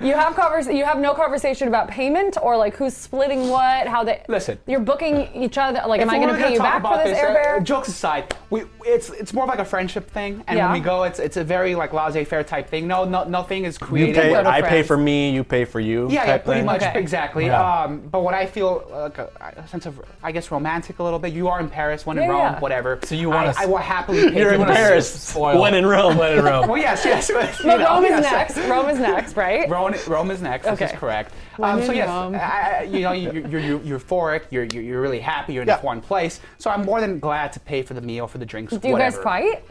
Speaker 2: you have convers- you have no conversation about payment or like who's splitting what, how they
Speaker 3: Listen.
Speaker 2: You're booking each other. Like, am
Speaker 3: If
Speaker 2: I
Speaker 3: we
Speaker 2: going to
Speaker 3: were
Speaker 2: pay you back
Speaker 3: talk
Speaker 2: for
Speaker 3: about
Speaker 2: this
Speaker 3: uh,
Speaker 2: airfare?
Speaker 3: Jokes aside, we it's it's more of like a friendship thing, and
Speaker 2: Yeah.
Speaker 3: when we go, it's it's a very like laissez-faire type thing. No, no nothing is
Speaker 4: You
Speaker 3: created.
Speaker 4: pay,
Speaker 2: We're
Speaker 4: I pay
Speaker 2: friends.
Speaker 4: for me, you pay for you.
Speaker 3: yeah, yeah,
Speaker 4: type
Speaker 3: pretty
Speaker 4: thing.
Speaker 3: much,
Speaker 2: Okay.
Speaker 3: exactly.
Speaker 1: Yeah.
Speaker 3: Um, but what I feel like a, a sense of, I guess, romantic a little bit. You are in Paris, one in
Speaker 2: Yeah,
Speaker 3: Rome,
Speaker 2: yeah.
Speaker 3: whatever.
Speaker 1: So you wanna
Speaker 3: I,
Speaker 1: s-
Speaker 3: I will happily pay.
Speaker 4: You're
Speaker 3: for
Speaker 4: in
Speaker 3: that.
Speaker 4: Paris.
Speaker 1: Spoil.
Speaker 4: When in Rome.
Speaker 1: When in Rome.
Speaker 3: Well, yes, yes. you
Speaker 2: But
Speaker 3: know,
Speaker 2: Rome is
Speaker 3: yes.
Speaker 2: next. Rome is next, right?
Speaker 3: Rome, Rome is next. This
Speaker 2: Okay.
Speaker 3: is correct. Um, so
Speaker 2: in
Speaker 3: yes,
Speaker 2: Rome.
Speaker 3: I, I- you know, you, you're, you're, you're euphoric. You're, you're you're really happy. You're in
Speaker 4: Yeah.
Speaker 3: a foreign place. So I'm more than glad to pay for the meal, for the drinks.
Speaker 2: Do you guys
Speaker 3: whatever.
Speaker 2: fight?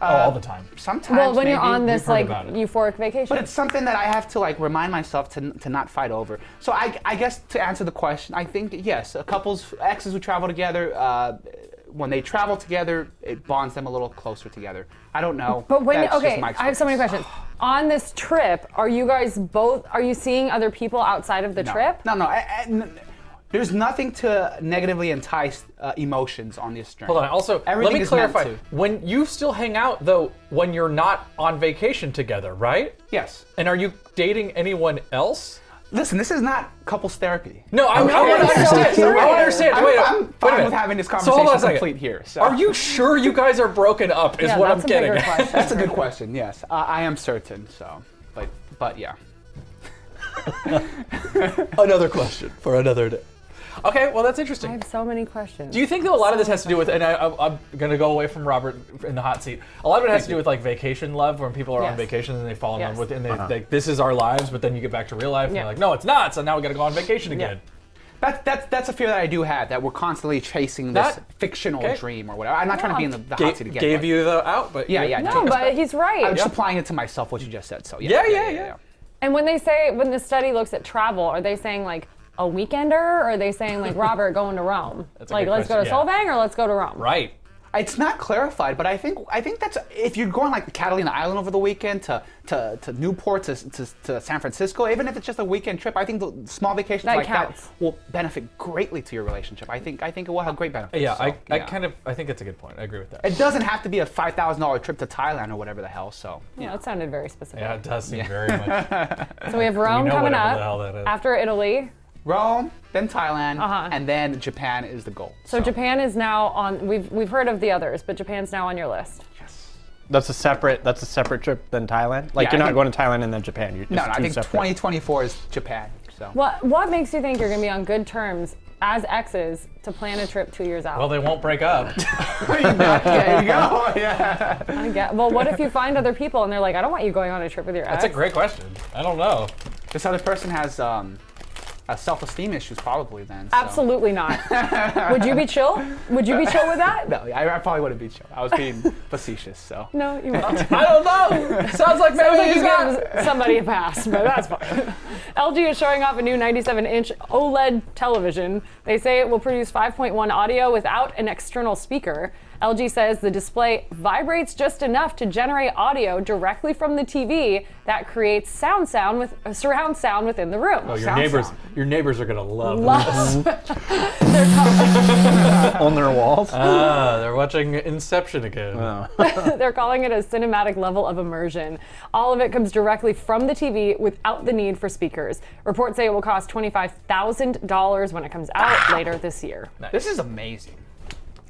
Speaker 1: oh,
Speaker 2: Uh,
Speaker 1: all the time.
Speaker 3: Sometimes.
Speaker 2: Well, when you're
Speaker 3: maybe.
Speaker 2: on this
Speaker 1: heard
Speaker 2: like
Speaker 1: about it.
Speaker 2: euphoric vacation.
Speaker 3: But it's something that I have to like remind myself to, to not fight over. So I, I guess to answer the question, I think yes, a couples exes who travel together, uh, when they travel together, it bonds them a little closer together. I don't know.
Speaker 2: But when
Speaker 3: That's just
Speaker 2: okay,
Speaker 3: my
Speaker 2: I have so many
Speaker 3: experience.
Speaker 2: questions. On this trip, are you guys both? Are you seeing other people outside of the
Speaker 3: No.
Speaker 2: trip?
Speaker 3: No, no. I- I- n- there's nothing to negatively entice uh, emotions on this journey.
Speaker 1: Hold on. Also,
Speaker 3: Everything
Speaker 1: let me
Speaker 3: is meant
Speaker 1: clarify.
Speaker 3: to.
Speaker 1: When you still hang out though, when you're not on vacation together, right?
Speaker 3: Yes.
Speaker 1: And are you dating anyone else?
Speaker 3: Listen, this is not couples therapy.
Speaker 1: No, I, I want
Speaker 2: I'm
Speaker 1: to understand.
Speaker 2: so
Speaker 1: I want to
Speaker 2: curious.
Speaker 1: understand.
Speaker 3: I'm-
Speaker 1: wait,
Speaker 3: I'm
Speaker 1: wait a
Speaker 3: fine with
Speaker 1: minute.
Speaker 3: having this
Speaker 1: so hold on a
Speaker 3: conversation
Speaker 1: second.
Speaker 3: complete here, so.
Speaker 1: Are you sure you guys are broken up? Is
Speaker 2: Yeah,
Speaker 1: what
Speaker 2: that's
Speaker 1: I'm
Speaker 2: a
Speaker 1: getting.
Speaker 2: bigger
Speaker 1: at.
Speaker 2: question.
Speaker 3: That's a good question. Yes, uh, I am certain. So, but but yeah.
Speaker 1: another question for another day. Okay, well that's interesting.
Speaker 2: I have so many questions.
Speaker 1: Do you think that a lot of this has to do with, and I, I, I'm going to go away from Robert in the hot seat. A lot of it has to do with like vacation love, when people are on
Speaker 2: Yes.
Speaker 1: vacation and they fall in
Speaker 2: Yes.
Speaker 1: love with, it and they like this is our lives, but then you get back to real life and
Speaker 2: Yeah.
Speaker 1: you're like, no, it's not. So now we got to go on vacation
Speaker 2: Yeah.
Speaker 1: again.
Speaker 3: That's, that's, that's a fear that I do have that we're constantly chasing this
Speaker 1: That-
Speaker 3: fictional
Speaker 1: okay.
Speaker 3: dream or whatever. I'm not trying to be in the, the hot seat again.
Speaker 1: gave
Speaker 3: but-
Speaker 1: you the out, but
Speaker 3: Yeah, yeah.
Speaker 2: No, but he's right.
Speaker 3: I'm just applying it to myself what you just said. So
Speaker 1: Yeah, yeah, yeah.
Speaker 2: And when they say, when the study looks at travel, are they saying like a weekender or are they saying like Robert going to Rome?
Speaker 1: That's a
Speaker 2: like
Speaker 1: good
Speaker 2: let's go to
Speaker 1: question, yeah.
Speaker 2: Solvang or let's go to Rome?
Speaker 1: right.
Speaker 3: It's not clarified, but I think I think that's if you're going like to Catalina Island over the weekend to to, to Newport to, to, to San Francisco, even if it's just a weekend trip, I think the small vacations
Speaker 2: That
Speaker 3: like
Speaker 2: counts.
Speaker 3: that will benefit greatly to your relationship. I think I think it will have great benefits.
Speaker 1: Yeah,
Speaker 3: so,
Speaker 1: I, I kind of, I think that's a good point. I agree with that.
Speaker 3: It doesn't have to be a five thousand dollar trip to Thailand or whatever the hell. So
Speaker 2: Yeah, that sounded very specific.
Speaker 1: yeah, it does seem very much.
Speaker 2: So we have Rome
Speaker 1: know
Speaker 2: coming
Speaker 1: whatever
Speaker 2: up
Speaker 1: the hell that is.
Speaker 2: after Italy.
Speaker 3: Rome, then Thailand,
Speaker 2: Uh-huh.
Speaker 3: and then Japan is the goal.
Speaker 2: So Japan is now on. We've we've heard of the others, but Japan's now on your list.
Speaker 4: That's a separate. That's a separate trip than Thailand. Like
Speaker 3: Yeah,
Speaker 4: you're
Speaker 3: I
Speaker 4: not
Speaker 3: think-
Speaker 4: going to Thailand and then Japan. You're just
Speaker 3: no, no, I
Speaker 4: two
Speaker 3: think
Speaker 4: separate.
Speaker 3: 2024 is Japan. So
Speaker 2: What what makes you think you're going to be on good terms as exes to plan a trip two years out?
Speaker 1: Well, they won't break up.
Speaker 3: there you go. Yeah.
Speaker 2: I get- well, what if you find other people and they're like, I don't want you going on a trip with your
Speaker 1: That's a
Speaker 2: ex?
Speaker 1: great question. I don't know.
Speaker 3: This other person has um, uh, self-esteem issues probably then. so.
Speaker 2: Absolutely not. Would you be chill? Would you be chill with that?
Speaker 3: No, I, I probably wouldn't be chill. I was being facetious, so.
Speaker 2: No, you won't.
Speaker 1: I don't know. Sounds like
Speaker 2: I
Speaker 1: maybe
Speaker 2: think
Speaker 1: he's
Speaker 2: you
Speaker 1: got.
Speaker 2: give somebody a pass, but that's fine. LG is showing off a new 97-inch OLED E television. They say it will produce 5.1 audio without an external speaker. LG says the display vibrates just enough to generate audio directly from the TV that creates sound sound with uh, surround sound within the room.
Speaker 1: Oh, your
Speaker 3: Sounds
Speaker 1: neighbors,
Speaker 3: sound.
Speaker 1: your neighbors are gonna love.
Speaker 2: Love-
Speaker 1: this.
Speaker 2: They're call-
Speaker 4: on their walls.
Speaker 1: Ah, they're watching Inception again.
Speaker 2: They're calling it a cinematic level of immersion. All of it comes directly from the TV without the need for speakers. Reports say it will cost $25,000 when it comes out later this year.
Speaker 3: This is amazing.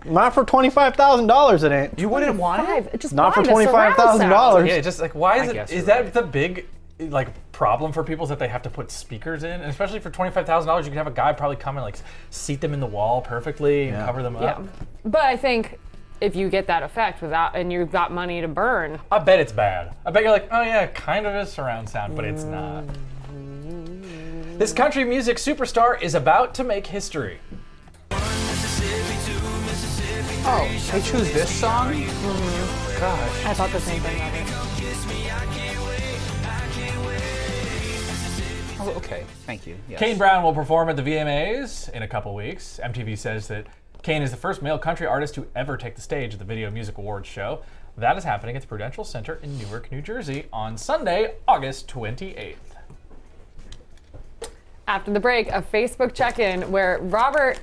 Speaker 4: Not for twenty-five thousand dollars. It ain't.
Speaker 3: You wouldn't want it?
Speaker 2: Five, just
Speaker 4: Not
Speaker 2: buy
Speaker 4: for
Speaker 2: the surround sound.
Speaker 4: $25,000.
Speaker 1: Yeah, just like why is it?
Speaker 3: guess
Speaker 1: Is
Speaker 3: you're
Speaker 1: that
Speaker 3: right.
Speaker 1: the big like problem for people is that they have to put speakers in, and especially for twenty five thousand dollars, you can have a guy probably come and like seat them in the wall perfectly and cover them up.
Speaker 2: Yeah. But I think if you get that effect without, and you've got money to burn,
Speaker 1: I bet it's bad. I bet you're like, oh yeah, kind of is surround sound, but it's not. This country music superstar is about to make history.
Speaker 3: Oh, they choose this song? Gosh.
Speaker 2: I thought the same thing.
Speaker 3: Oh, okay. Thank you. Yes.
Speaker 1: Kane Brown will perform at the VMAs in a couple weeks. MTV says that Kane is the first male country artist to ever take the stage at the Video Music Awards show. That is happening at the Prudential Center in Newark, New Jersey on Sunday, August 28th.
Speaker 2: After the break, a Facebook check in where Robert,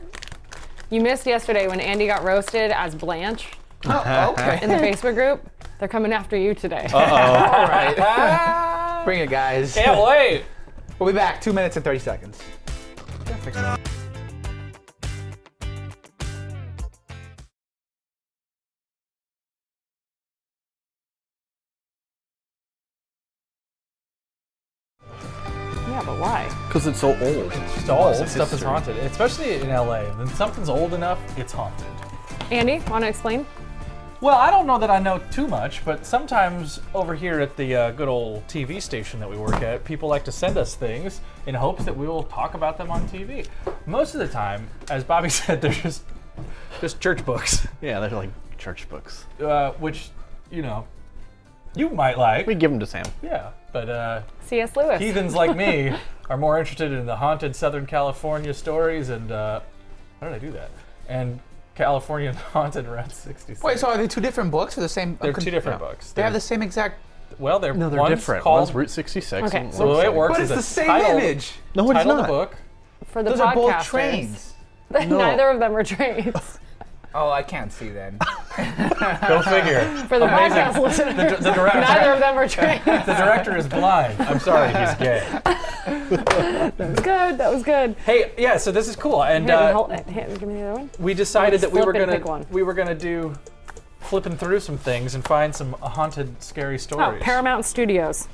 Speaker 2: you missed yesterday when Andy got roasted as Blanche
Speaker 3: Oh, okay.
Speaker 2: in the Facebook group. They're coming after you today.
Speaker 3: All right. Bring it, guys.
Speaker 1: Can't wait!
Speaker 3: We'll be back. Two minutes and 30 seconds.
Speaker 2: yeah, but why?
Speaker 4: Because it's so old.
Speaker 1: It's old stuff is haunted, especially in LA. When something's old enough, it's haunted.
Speaker 2: Andy, want to explain?
Speaker 1: Well, I don't know that I know too much, but sometimes over here at the uh, good old TV station that we work at, people like to send us things in hopes that we will talk about them on TV. Most of the time, as Bobby said, they're just just church books,
Speaker 4: Yeah, they're like church books.
Speaker 1: uh, which you know you might like.
Speaker 4: We give them to Sam.
Speaker 1: yeah, but uh,
Speaker 2: C.S. Lewis.
Speaker 1: heathens like me are more interested in the haunted Southern California stories and uh, how did I do that? And California haunted around 66.
Speaker 3: Wait, so are they two different books or the same?
Speaker 1: They're two different books.
Speaker 3: They have
Speaker 1: They're-
Speaker 3: the same exact.
Speaker 1: Well, they're
Speaker 4: No, they're
Speaker 1: one's
Speaker 4: different.
Speaker 1: Called,
Speaker 4: One's Route 66.
Speaker 2: Okay.
Speaker 4: and
Speaker 2: So
Speaker 1: So the way it
Speaker 4: one's-
Speaker 1: works
Speaker 3: But
Speaker 1: is
Speaker 3: it's the
Speaker 1: it's
Speaker 3: same
Speaker 1: title-
Speaker 3: image.
Speaker 4: No, it's
Speaker 1: title of the
Speaker 4: not.
Speaker 1: book.
Speaker 2: For the
Speaker 3: Those are
Speaker 2: podcasters.
Speaker 3: both trains.
Speaker 2: Neither of them are trains.
Speaker 3: Oh, I can't see then.
Speaker 1: Go figure.
Speaker 2: For the podcast listeners,
Speaker 1: Uh-huh. the director-
Speaker 2: neither of them are trains.
Speaker 1: the director is blind. I'm sorry, he's gay.
Speaker 2: good. That was good.
Speaker 1: Hey, yeah. So this is cool, and
Speaker 2: Here,
Speaker 1: uh,
Speaker 2: hold- here, give me the other one.
Speaker 1: we decided
Speaker 2: Just
Speaker 1: that we were
Speaker 2: flip and
Speaker 1: gonna
Speaker 2: pick one.
Speaker 1: we were gonna do flipping through some things and find some haunted, scary
Speaker 2: Oh,
Speaker 1: stories.
Speaker 2: Paramount Studios.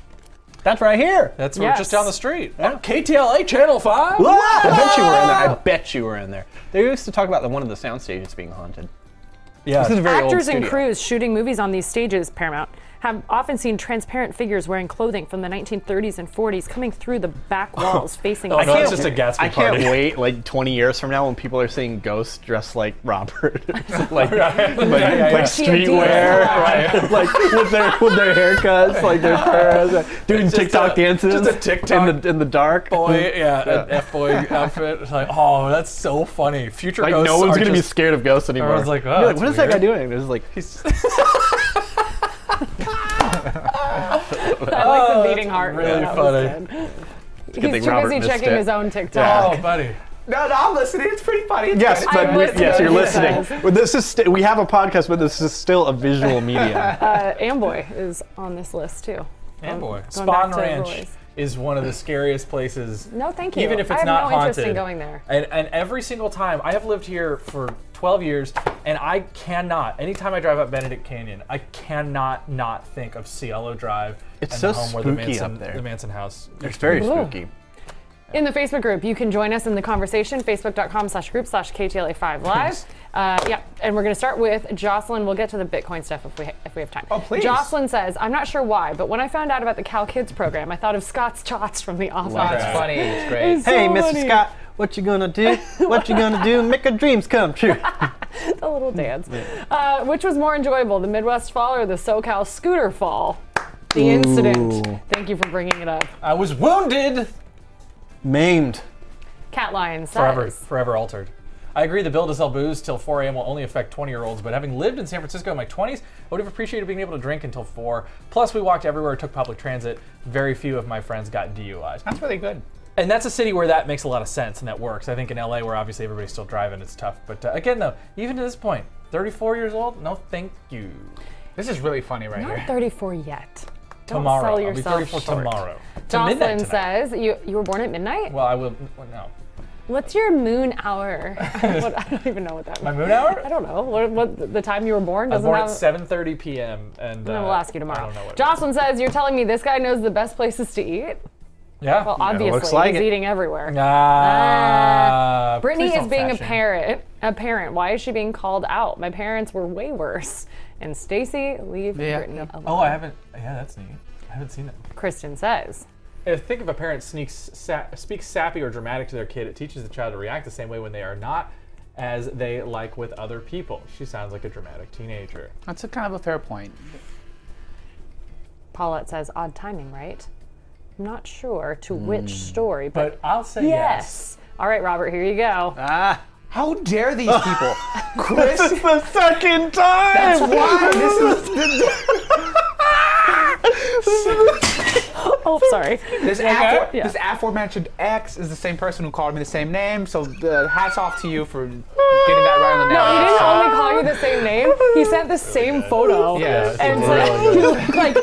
Speaker 4: That's right here.
Speaker 1: That's we're
Speaker 2: Yes.
Speaker 1: just down the street. On KTLA Channel Five.
Speaker 4: I bet you were in there. I bet you were in there. They used to talk about the one of the sound stages being haunted.
Speaker 1: Yeah.
Speaker 4: This is a very old
Speaker 2: Actors and
Speaker 4: studio.
Speaker 2: crews shooting movies on these stages, Paramount, have often seen transparent figures wearing clothing from the 1930s and 40s coming through the back walls facing.
Speaker 1: Oh,
Speaker 2: us.
Speaker 1: no, it's just a Gatsby
Speaker 4: I can't
Speaker 1: party.
Speaker 4: wait like 20 years from now when people are seeing ghosts dressed like Robert, like like,
Speaker 1: yeah, yeah.
Speaker 4: like streetwear,
Speaker 1: Right.
Speaker 4: like with their with their haircuts, like their furs, uh, doing
Speaker 1: Just
Speaker 4: TikTok
Speaker 1: a-
Speaker 4: dances,
Speaker 1: just a TikTok
Speaker 4: in the in the dark.
Speaker 1: Boy, yeah, an F boy outfit. It's like, oh, that's so funny. Future
Speaker 4: Like
Speaker 1: ghosts
Speaker 4: no one's
Speaker 1: are
Speaker 4: gonna be
Speaker 1: just-
Speaker 4: scared of ghosts anymore.
Speaker 1: Everyone's like, wow,
Speaker 4: You're like,
Speaker 1: that's
Speaker 4: what is that guy
Speaker 1: weird."
Speaker 4: doing? It's like he's
Speaker 2: I like
Speaker 1: Oh,
Speaker 2: the beating
Speaker 1: that's
Speaker 2: heart.
Speaker 1: really
Speaker 2: Yeah, that was
Speaker 1: funny.
Speaker 2: good.
Speaker 4: thing
Speaker 2: He's too
Speaker 4: Robert
Speaker 2: busy
Speaker 4: missed
Speaker 2: checking
Speaker 4: it.
Speaker 2: his own TikTok.
Speaker 1: Oh, buddy.
Speaker 3: no, no, I'm listening. It's pretty funny. It's
Speaker 4: yes,
Speaker 3: good.
Speaker 4: but
Speaker 2: I was
Speaker 4: yes, you're
Speaker 2: gonna
Speaker 4: listening.
Speaker 2: say.
Speaker 4: Well, this is st- we have a podcast, but this is still a visual medium.
Speaker 2: Uh, Amboy is on this list too.
Speaker 1: Man, boy.
Speaker 2: Going
Speaker 1: Spawn
Speaker 2: back to
Speaker 1: Ranch
Speaker 2: Roy's.
Speaker 1: is one of the scariest places.
Speaker 2: No, thank you.
Speaker 1: Even if it's
Speaker 2: I have
Speaker 1: not
Speaker 2: no
Speaker 1: haunted.
Speaker 2: interest in going there.
Speaker 1: And, and every single time, I have lived here for 12 years, and I cannot, anytime I drive up Benedict Canyon, I cannot not think of Cielo Drive.
Speaker 4: It's
Speaker 1: and
Speaker 4: so
Speaker 1: the home where the
Speaker 4: spooky
Speaker 1: Manson,
Speaker 4: up there.
Speaker 1: The Manson house.
Speaker 4: It's very
Speaker 2: Ooh.
Speaker 4: spooky.
Speaker 2: In the Facebook group, you can join us in the conversation, facebook.com slash group slash KTLA5Live. Uh, yeah, and we're going to start with Jocelyn. We'll get to the Bitcoin stuff if we ha- if we have time.
Speaker 3: Oh, please.
Speaker 2: Jocelyn says, "I'm not sure why, but when I found out about the Cal Kids program, I thought of Scott's Tots from the office."
Speaker 3: That's funny. It's great.
Speaker 2: So
Speaker 4: Hey, Mr.
Speaker 2: funny.
Speaker 4: Scott, what you gonna do? What you gonna do? Make our dreams come true.
Speaker 2: the little dance. Uh, which was more enjoyable, the Midwest Fall or the SoCal Scooter Fall? The incident. Thank you for bringing it up.
Speaker 1: I was wounded.
Speaker 4: Maimed.
Speaker 2: Cat Lion says.
Speaker 1: Forever, forever altered. I agree the bill to sell booze till 4 a.m. will only affect 20 year olds, but having lived in San Francisco in my 20s, I would have appreciated being able to drink until 4. Plus, we walked everywhere, took public transit. Very few of my friends got DUIs.
Speaker 3: That's really good.
Speaker 1: And that's a city where that makes a lot of sense and that works. I think in LA, where obviously everybody's still driving, it's tough. But uh, again, though, even to this point, 34 years old, no thank you.
Speaker 3: This is really funny right
Speaker 2: Not
Speaker 3: here.
Speaker 2: 34 yet. Don't
Speaker 1: Tomorrow.
Speaker 2: sell
Speaker 1: I'll be
Speaker 2: yourself
Speaker 1: 34
Speaker 2: short.
Speaker 1: tomorrow. To midnight
Speaker 2: Jocelyn
Speaker 1: tonight.
Speaker 2: says, you, you were born at midnight?
Speaker 1: Well, I will. well, No.
Speaker 2: What's your moon hour? what, I don't even know what that
Speaker 1: My
Speaker 2: means.
Speaker 1: moon hour?
Speaker 2: I don't know. What, what the time you were born
Speaker 1: I was born
Speaker 2: doesn't
Speaker 1: at
Speaker 2: have.
Speaker 1: 7:30 p.m. and
Speaker 2: Then
Speaker 1: uh,
Speaker 2: we'll ask you
Speaker 1: I
Speaker 2: tomorrow.
Speaker 1: don't know what it is.
Speaker 2: Jocelyn says, You're telling me this guy knows the best places to eat?
Speaker 1: Yeah.
Speaker 2: Well, obviously,
Speaker 4: looks like
Speaker 2: he's
Speaker 4: it.
Speaker 2: eating everywhere.
Speaker 1: Ah,
Speaker 2: Brittany
Speaker 1: please
Speaker 2: is
Speaker 1: don't
Speaker 2: being a
Speaker 1: fashion.
Speaker 2: parent. A parent. Why is she being called out? My parents were way worse. And Stacy, leave
Speaker 3: Yeah.
Speaker 2: Brittany alone.
Speaker 1: Oh, I haven't. Yeah, that's neat. I haven't seen that.
Speaker 2: Kristen says.
Speaker 1: If, think if a parent sneaks, sa- speaks sappy or dramatic to their kid, it teaches the child to react the same way when they are not as they like with other people. She sounds like a dramatic teenager.
Speaker 3: That's a kind of a fair point.
Speaker 2: Paulette says, odd timing, right? I'm not sure to which story, but,
Speaker 1: Hmm. But I'll say yes.
Speaker 2: yes. All right, Robert, here you go.
Speaker 1: Ah.
Speaker 3: How dare these people? Chris,
Speaker 4: This is the second time.
Speaker 3: that's why this is
Speaker 2: oh, sorry.
Speaker 3: this, afore,
Speaker 2: Yeah.
Speaker 3: this aforementioned ex is the same person who called me the same name. So uh, hats off to you for getting that right on the
Speaker 2: No, he
Speaker 3: nail.
Speaker 2: didn't
Speaker 3: So-
Speaker 2: only call you the same name. He sent the same photo.
Speaker 3: Yeah,
Speaker 2: And
Speaker 3: it's
Speaker 2: so you look like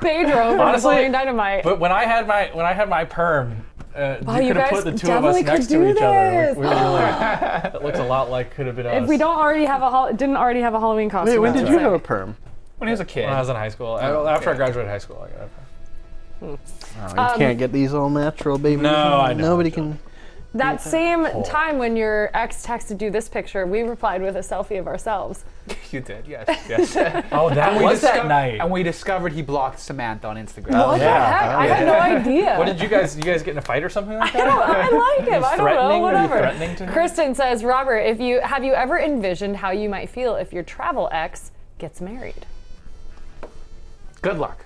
Speaker 2: Pedro from
Speaker 1: Honestly,
Speaker 2: Napoleon Dynamite.
Speaker 1: But when I had my when I had my perm, uh, you
Speaker 2: you
Speaker 1: could have
Speaker 2: guys
Speaker 1: put the two of us
Speaker 2: definitely could
Speaker 1: next
Speaker 2: do
Speaker 1: to each other.
Speaker 2: this.
Speaker 1: We, we were like, that looked a lot like could have been us.
Speaker 2: if we don't already have a hol- didn't already have a Halloween costume.
Speaker 4: Wait, when
Speaker 2: that's
Speaker 4: did you
Speaker 2: what I'm
Speaker 4: have a
Speaker 2: saying.
Speaker 4: perm?
Speaker 3: when he was a kid.
Speaker 1: When I was in high school, after I graduated high school, I got a perm.
Speaker 4: Oh, you can't get these all natural, baby.
Speaker 1: No, I know.
Speaker 4: Nobody can.
Speaker 2: That same time when your ex texted you this picture, we replied with a selfie of ourselves.
Speaker 3: you did, yes, yes.
Speaker 1: Oh, that
Speaker 3: We
Speaker 1: was that
Speaker 3: discover-
Speaker 1: night.
Speaker 3: And we discovered he blocked Samantha on Instagram.
Speaker 2: What the heck? I had no idea.
Speaker 1: What did you guys? You guys get in a fight or something like that?
Speaker 2: I, don't- I like him. I don't know.
Speaker 1: threatening? Were you
Speaker 2: Whatever.
Speaker 1: threatening to him?
Speaker 2: Kristen says, Robert, if you have you ever envisioned how you might feel if your travel ex gets married?
Speaker 3: Good luck.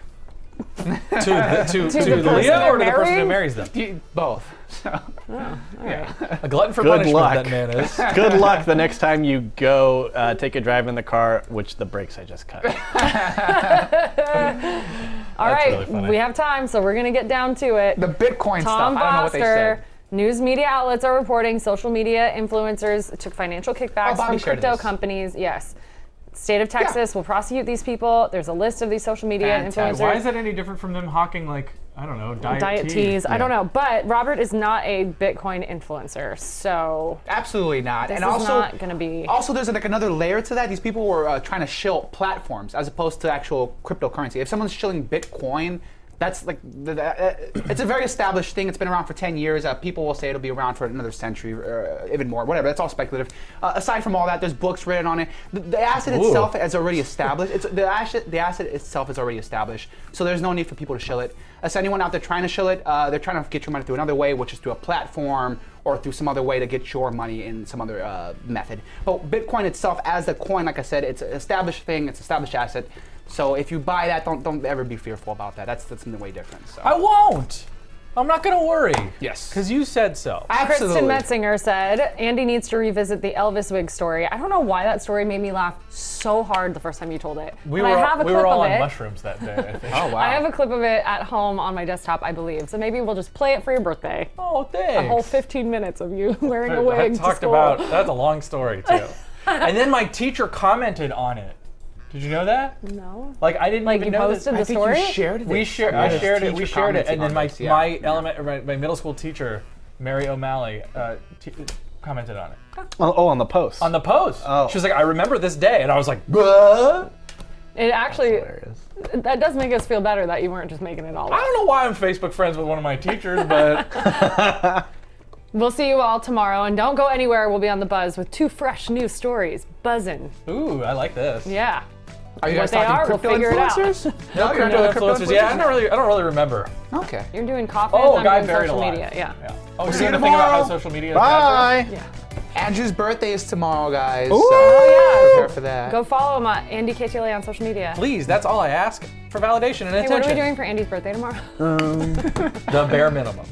Speaker 1: to the, to, to,
Speaker 2: the
Speaker 1: the
Speaker 2: person
Speaker 1: Leo
Speaker 2: they're
Speaker 1: or to the person who
Speaker 2: marrying?
Speaker 1: marries them?
Speaker 3: You- both. So,
Speaker 1: A glutton for
Speaker 4: Good
Speaker 1: punishment
Speaker 4: luck.
Speaker 1: that man is.
Speaker 4: Good luck the next time you go uh, take a drive in the car, which the brakes I just cut.
Speaker 2: All right,
Speaker 1: really funny.
Speaker 2: we have time, so we're gonna get down to it.
Speaker 3: the
Speaker 2: Tom
Speaker 3: Bitcoin stuff. I don't know what they said.
Speaker 2: Foster. News media outlets are reporting social media influencers took financial kickbacks
Speaker 3: Oh, Bobby
Speaker 2: from
Speaker 3: shared
Speaker 2: crypto
Speaker 3: this.
Speaker 2: companies. Yes. State of Texas will prosecute these people. There's a list of these social media
Speaker 3: Fantastic.
Speaker 2: influencers.
Speaker 1: Why is that any different from them hawking like I don't know diet,
Speaker 2: Diet teas. I don't know, but Robert is not a Bitcoin influencer, so
Speaker 3: Absolutely not.
Speaker 2: this
Speaker 3: and
Speaker 2: is
Speaker 3: also, Oh,
Speaker 2: not going to be.
Speaker 3: also there's like another layer to that. These people were uh, trying to shill platforms as opposed to actual cryptocurrency. If someone's shilling Bitcoin, that's like th- th- uh, it's a very established thing. It's been around for 10 years. Uh, people will say it'll be around for another century or uh, even more. Whatever. That's all speculative. Uh, aside from all that, there's books written on it. The, the asset itself is already established. It's the asset the asset itself is already established. So there's no need for people to shill it. As anyone out there trying to shill it, uh, they're trying to get your money through another way, which is through a platform or through some other way to get your money in some other uh, method. But Bitcoin itself, as the coin, like I said, it's an established thing, it's an established asset. So if you buy that, don't don't ever be fearful about that. That's that's something way different. So.
Speaker 1: I won't. I'm not gonna worry.
Speaker 3: Yes.
Speaker 1: Because you said so.
Speaker 2: Kristen Metzinger said, Andy needs to revisit the Elvis wig story. I don't know why that story made me laugh so hard the first time you told it.
Speaker 1: we
Speaker 2: But
Speaker 1: were
Speaker 2: I
Speaker 1: all-
Speaker 2: have a
Speaker 1: we
Speaker 2: clip
Speaker 1: were all
Speaker 2: of
Speaker 1: on
Speaker 2: it.
Speaker 1: mushrooms that day. I think.
Speaker 3: Oh wow.
Speaker 2: I have a clip of it at home on my desktop, I believe. So maybe we'll just play it for your birthday.
Speaker 1: oh, thanks.
Speaker 2: Whole 15 minutes of you wearing a
Speaker 1: I
Speaker 2: wig. to
Speaker 1: talked
Speaker 2: school.
Speaker 1: about. That's a long story too. and then my teacher commented on it. Did you know that?
Speaker 2: No.
Speaker 1: Like I didn't
Speaker 2: Like
Speaker 1: even
Speaker 2: you
Speaker 1: know
Speaker 2: posted
Speaker 1: that-
Speaker 2: the
Speaker 3: think you
Speaker 2: story?
Speaker 3: shared this.
Speaker 1: We shared. I
Speaker 3: Yes.
Speaker 1: shared it. We
Speaker 3: Teacher
Speaker 1: shared it,
Speaker 3: commenting
Speaker 1: and then
Speaker 3: on
Speaker 1: my
Speaker 3: this, yeah.
Speaker 1: my element my, my middle school teacher, Mary O'Malley, uh, t- commented on it
Speaker 4: oh, oh, on the post.
Speaker 1: on the post.
Speaker 4: Oh.
Speaker 1: She was like, "I remember this day," and I was like,
Speaker 4: Bruh.
Speaker 2: It actually,
Speaker 4: Hilarious.
Speaker 2: that does make us feel better that you weren't just making it all
Speaker 1: "I
Speaker 2: up.
Speaker 1: don't know why I'm Facebook friends with one of my teachers, but
Speaker 2: We'll see you all tomorrow, and don't go anywhere. We'll be on the buzz with two fresh new stories, buzzing.
Speaker 1: Ooh, I like this.
Speaker 2: Yeah.
Speaker 3: Are you
Speaker 2: What
Speaker 3: guys
Speaker 2: they
Speaker 3: talking
Speaker 2: are, we'll
Speaker 3: crypto
Speaker 2: figure it out.
Speaker 3: influencers?
Speaker 1: No,
Speaker 3: you're
Speaker 1: crypto
Speaker 3: not crypto
Speaker 1: influencers. Yeah, I
Speaker 3: influencers?
Speaker 1: don't really, I don't really remember.
Speaker 3: Okay.
Speaker 2: You're doing coffee.
Speaker 1: Oh,
Speaker 2: I'm
Speaker 1: guy
Speaker 2: doing
Speaker 1: buried
Speaker 2: social
Speaker 1: alive.
Speaker 2: media. Yeah.
Speaker 1: yeah. Oh, you
Speaker 3: See
Speaker 1: saying
Speaker 3: you
Speaker 1: the thing about how
Speaker 3: tomorrow.
Speaker 1: social media? is
Speaker 4: Bye.
Speaker 3: Andrew's birthday is tomorrow, guys.
Speaker 4: Ooh.
Speaker 3: So prepare for that.
Speaker 2: Go follow him at Andy KTLA on social media.
Speaker 1: Please, that's all I ask for validation and
Speaker 2: Hey, what
Speaker 1: attention.
Speaker 2: are we doing for Andy's birthday tomorrow?
Speaker 1: The bare minimum.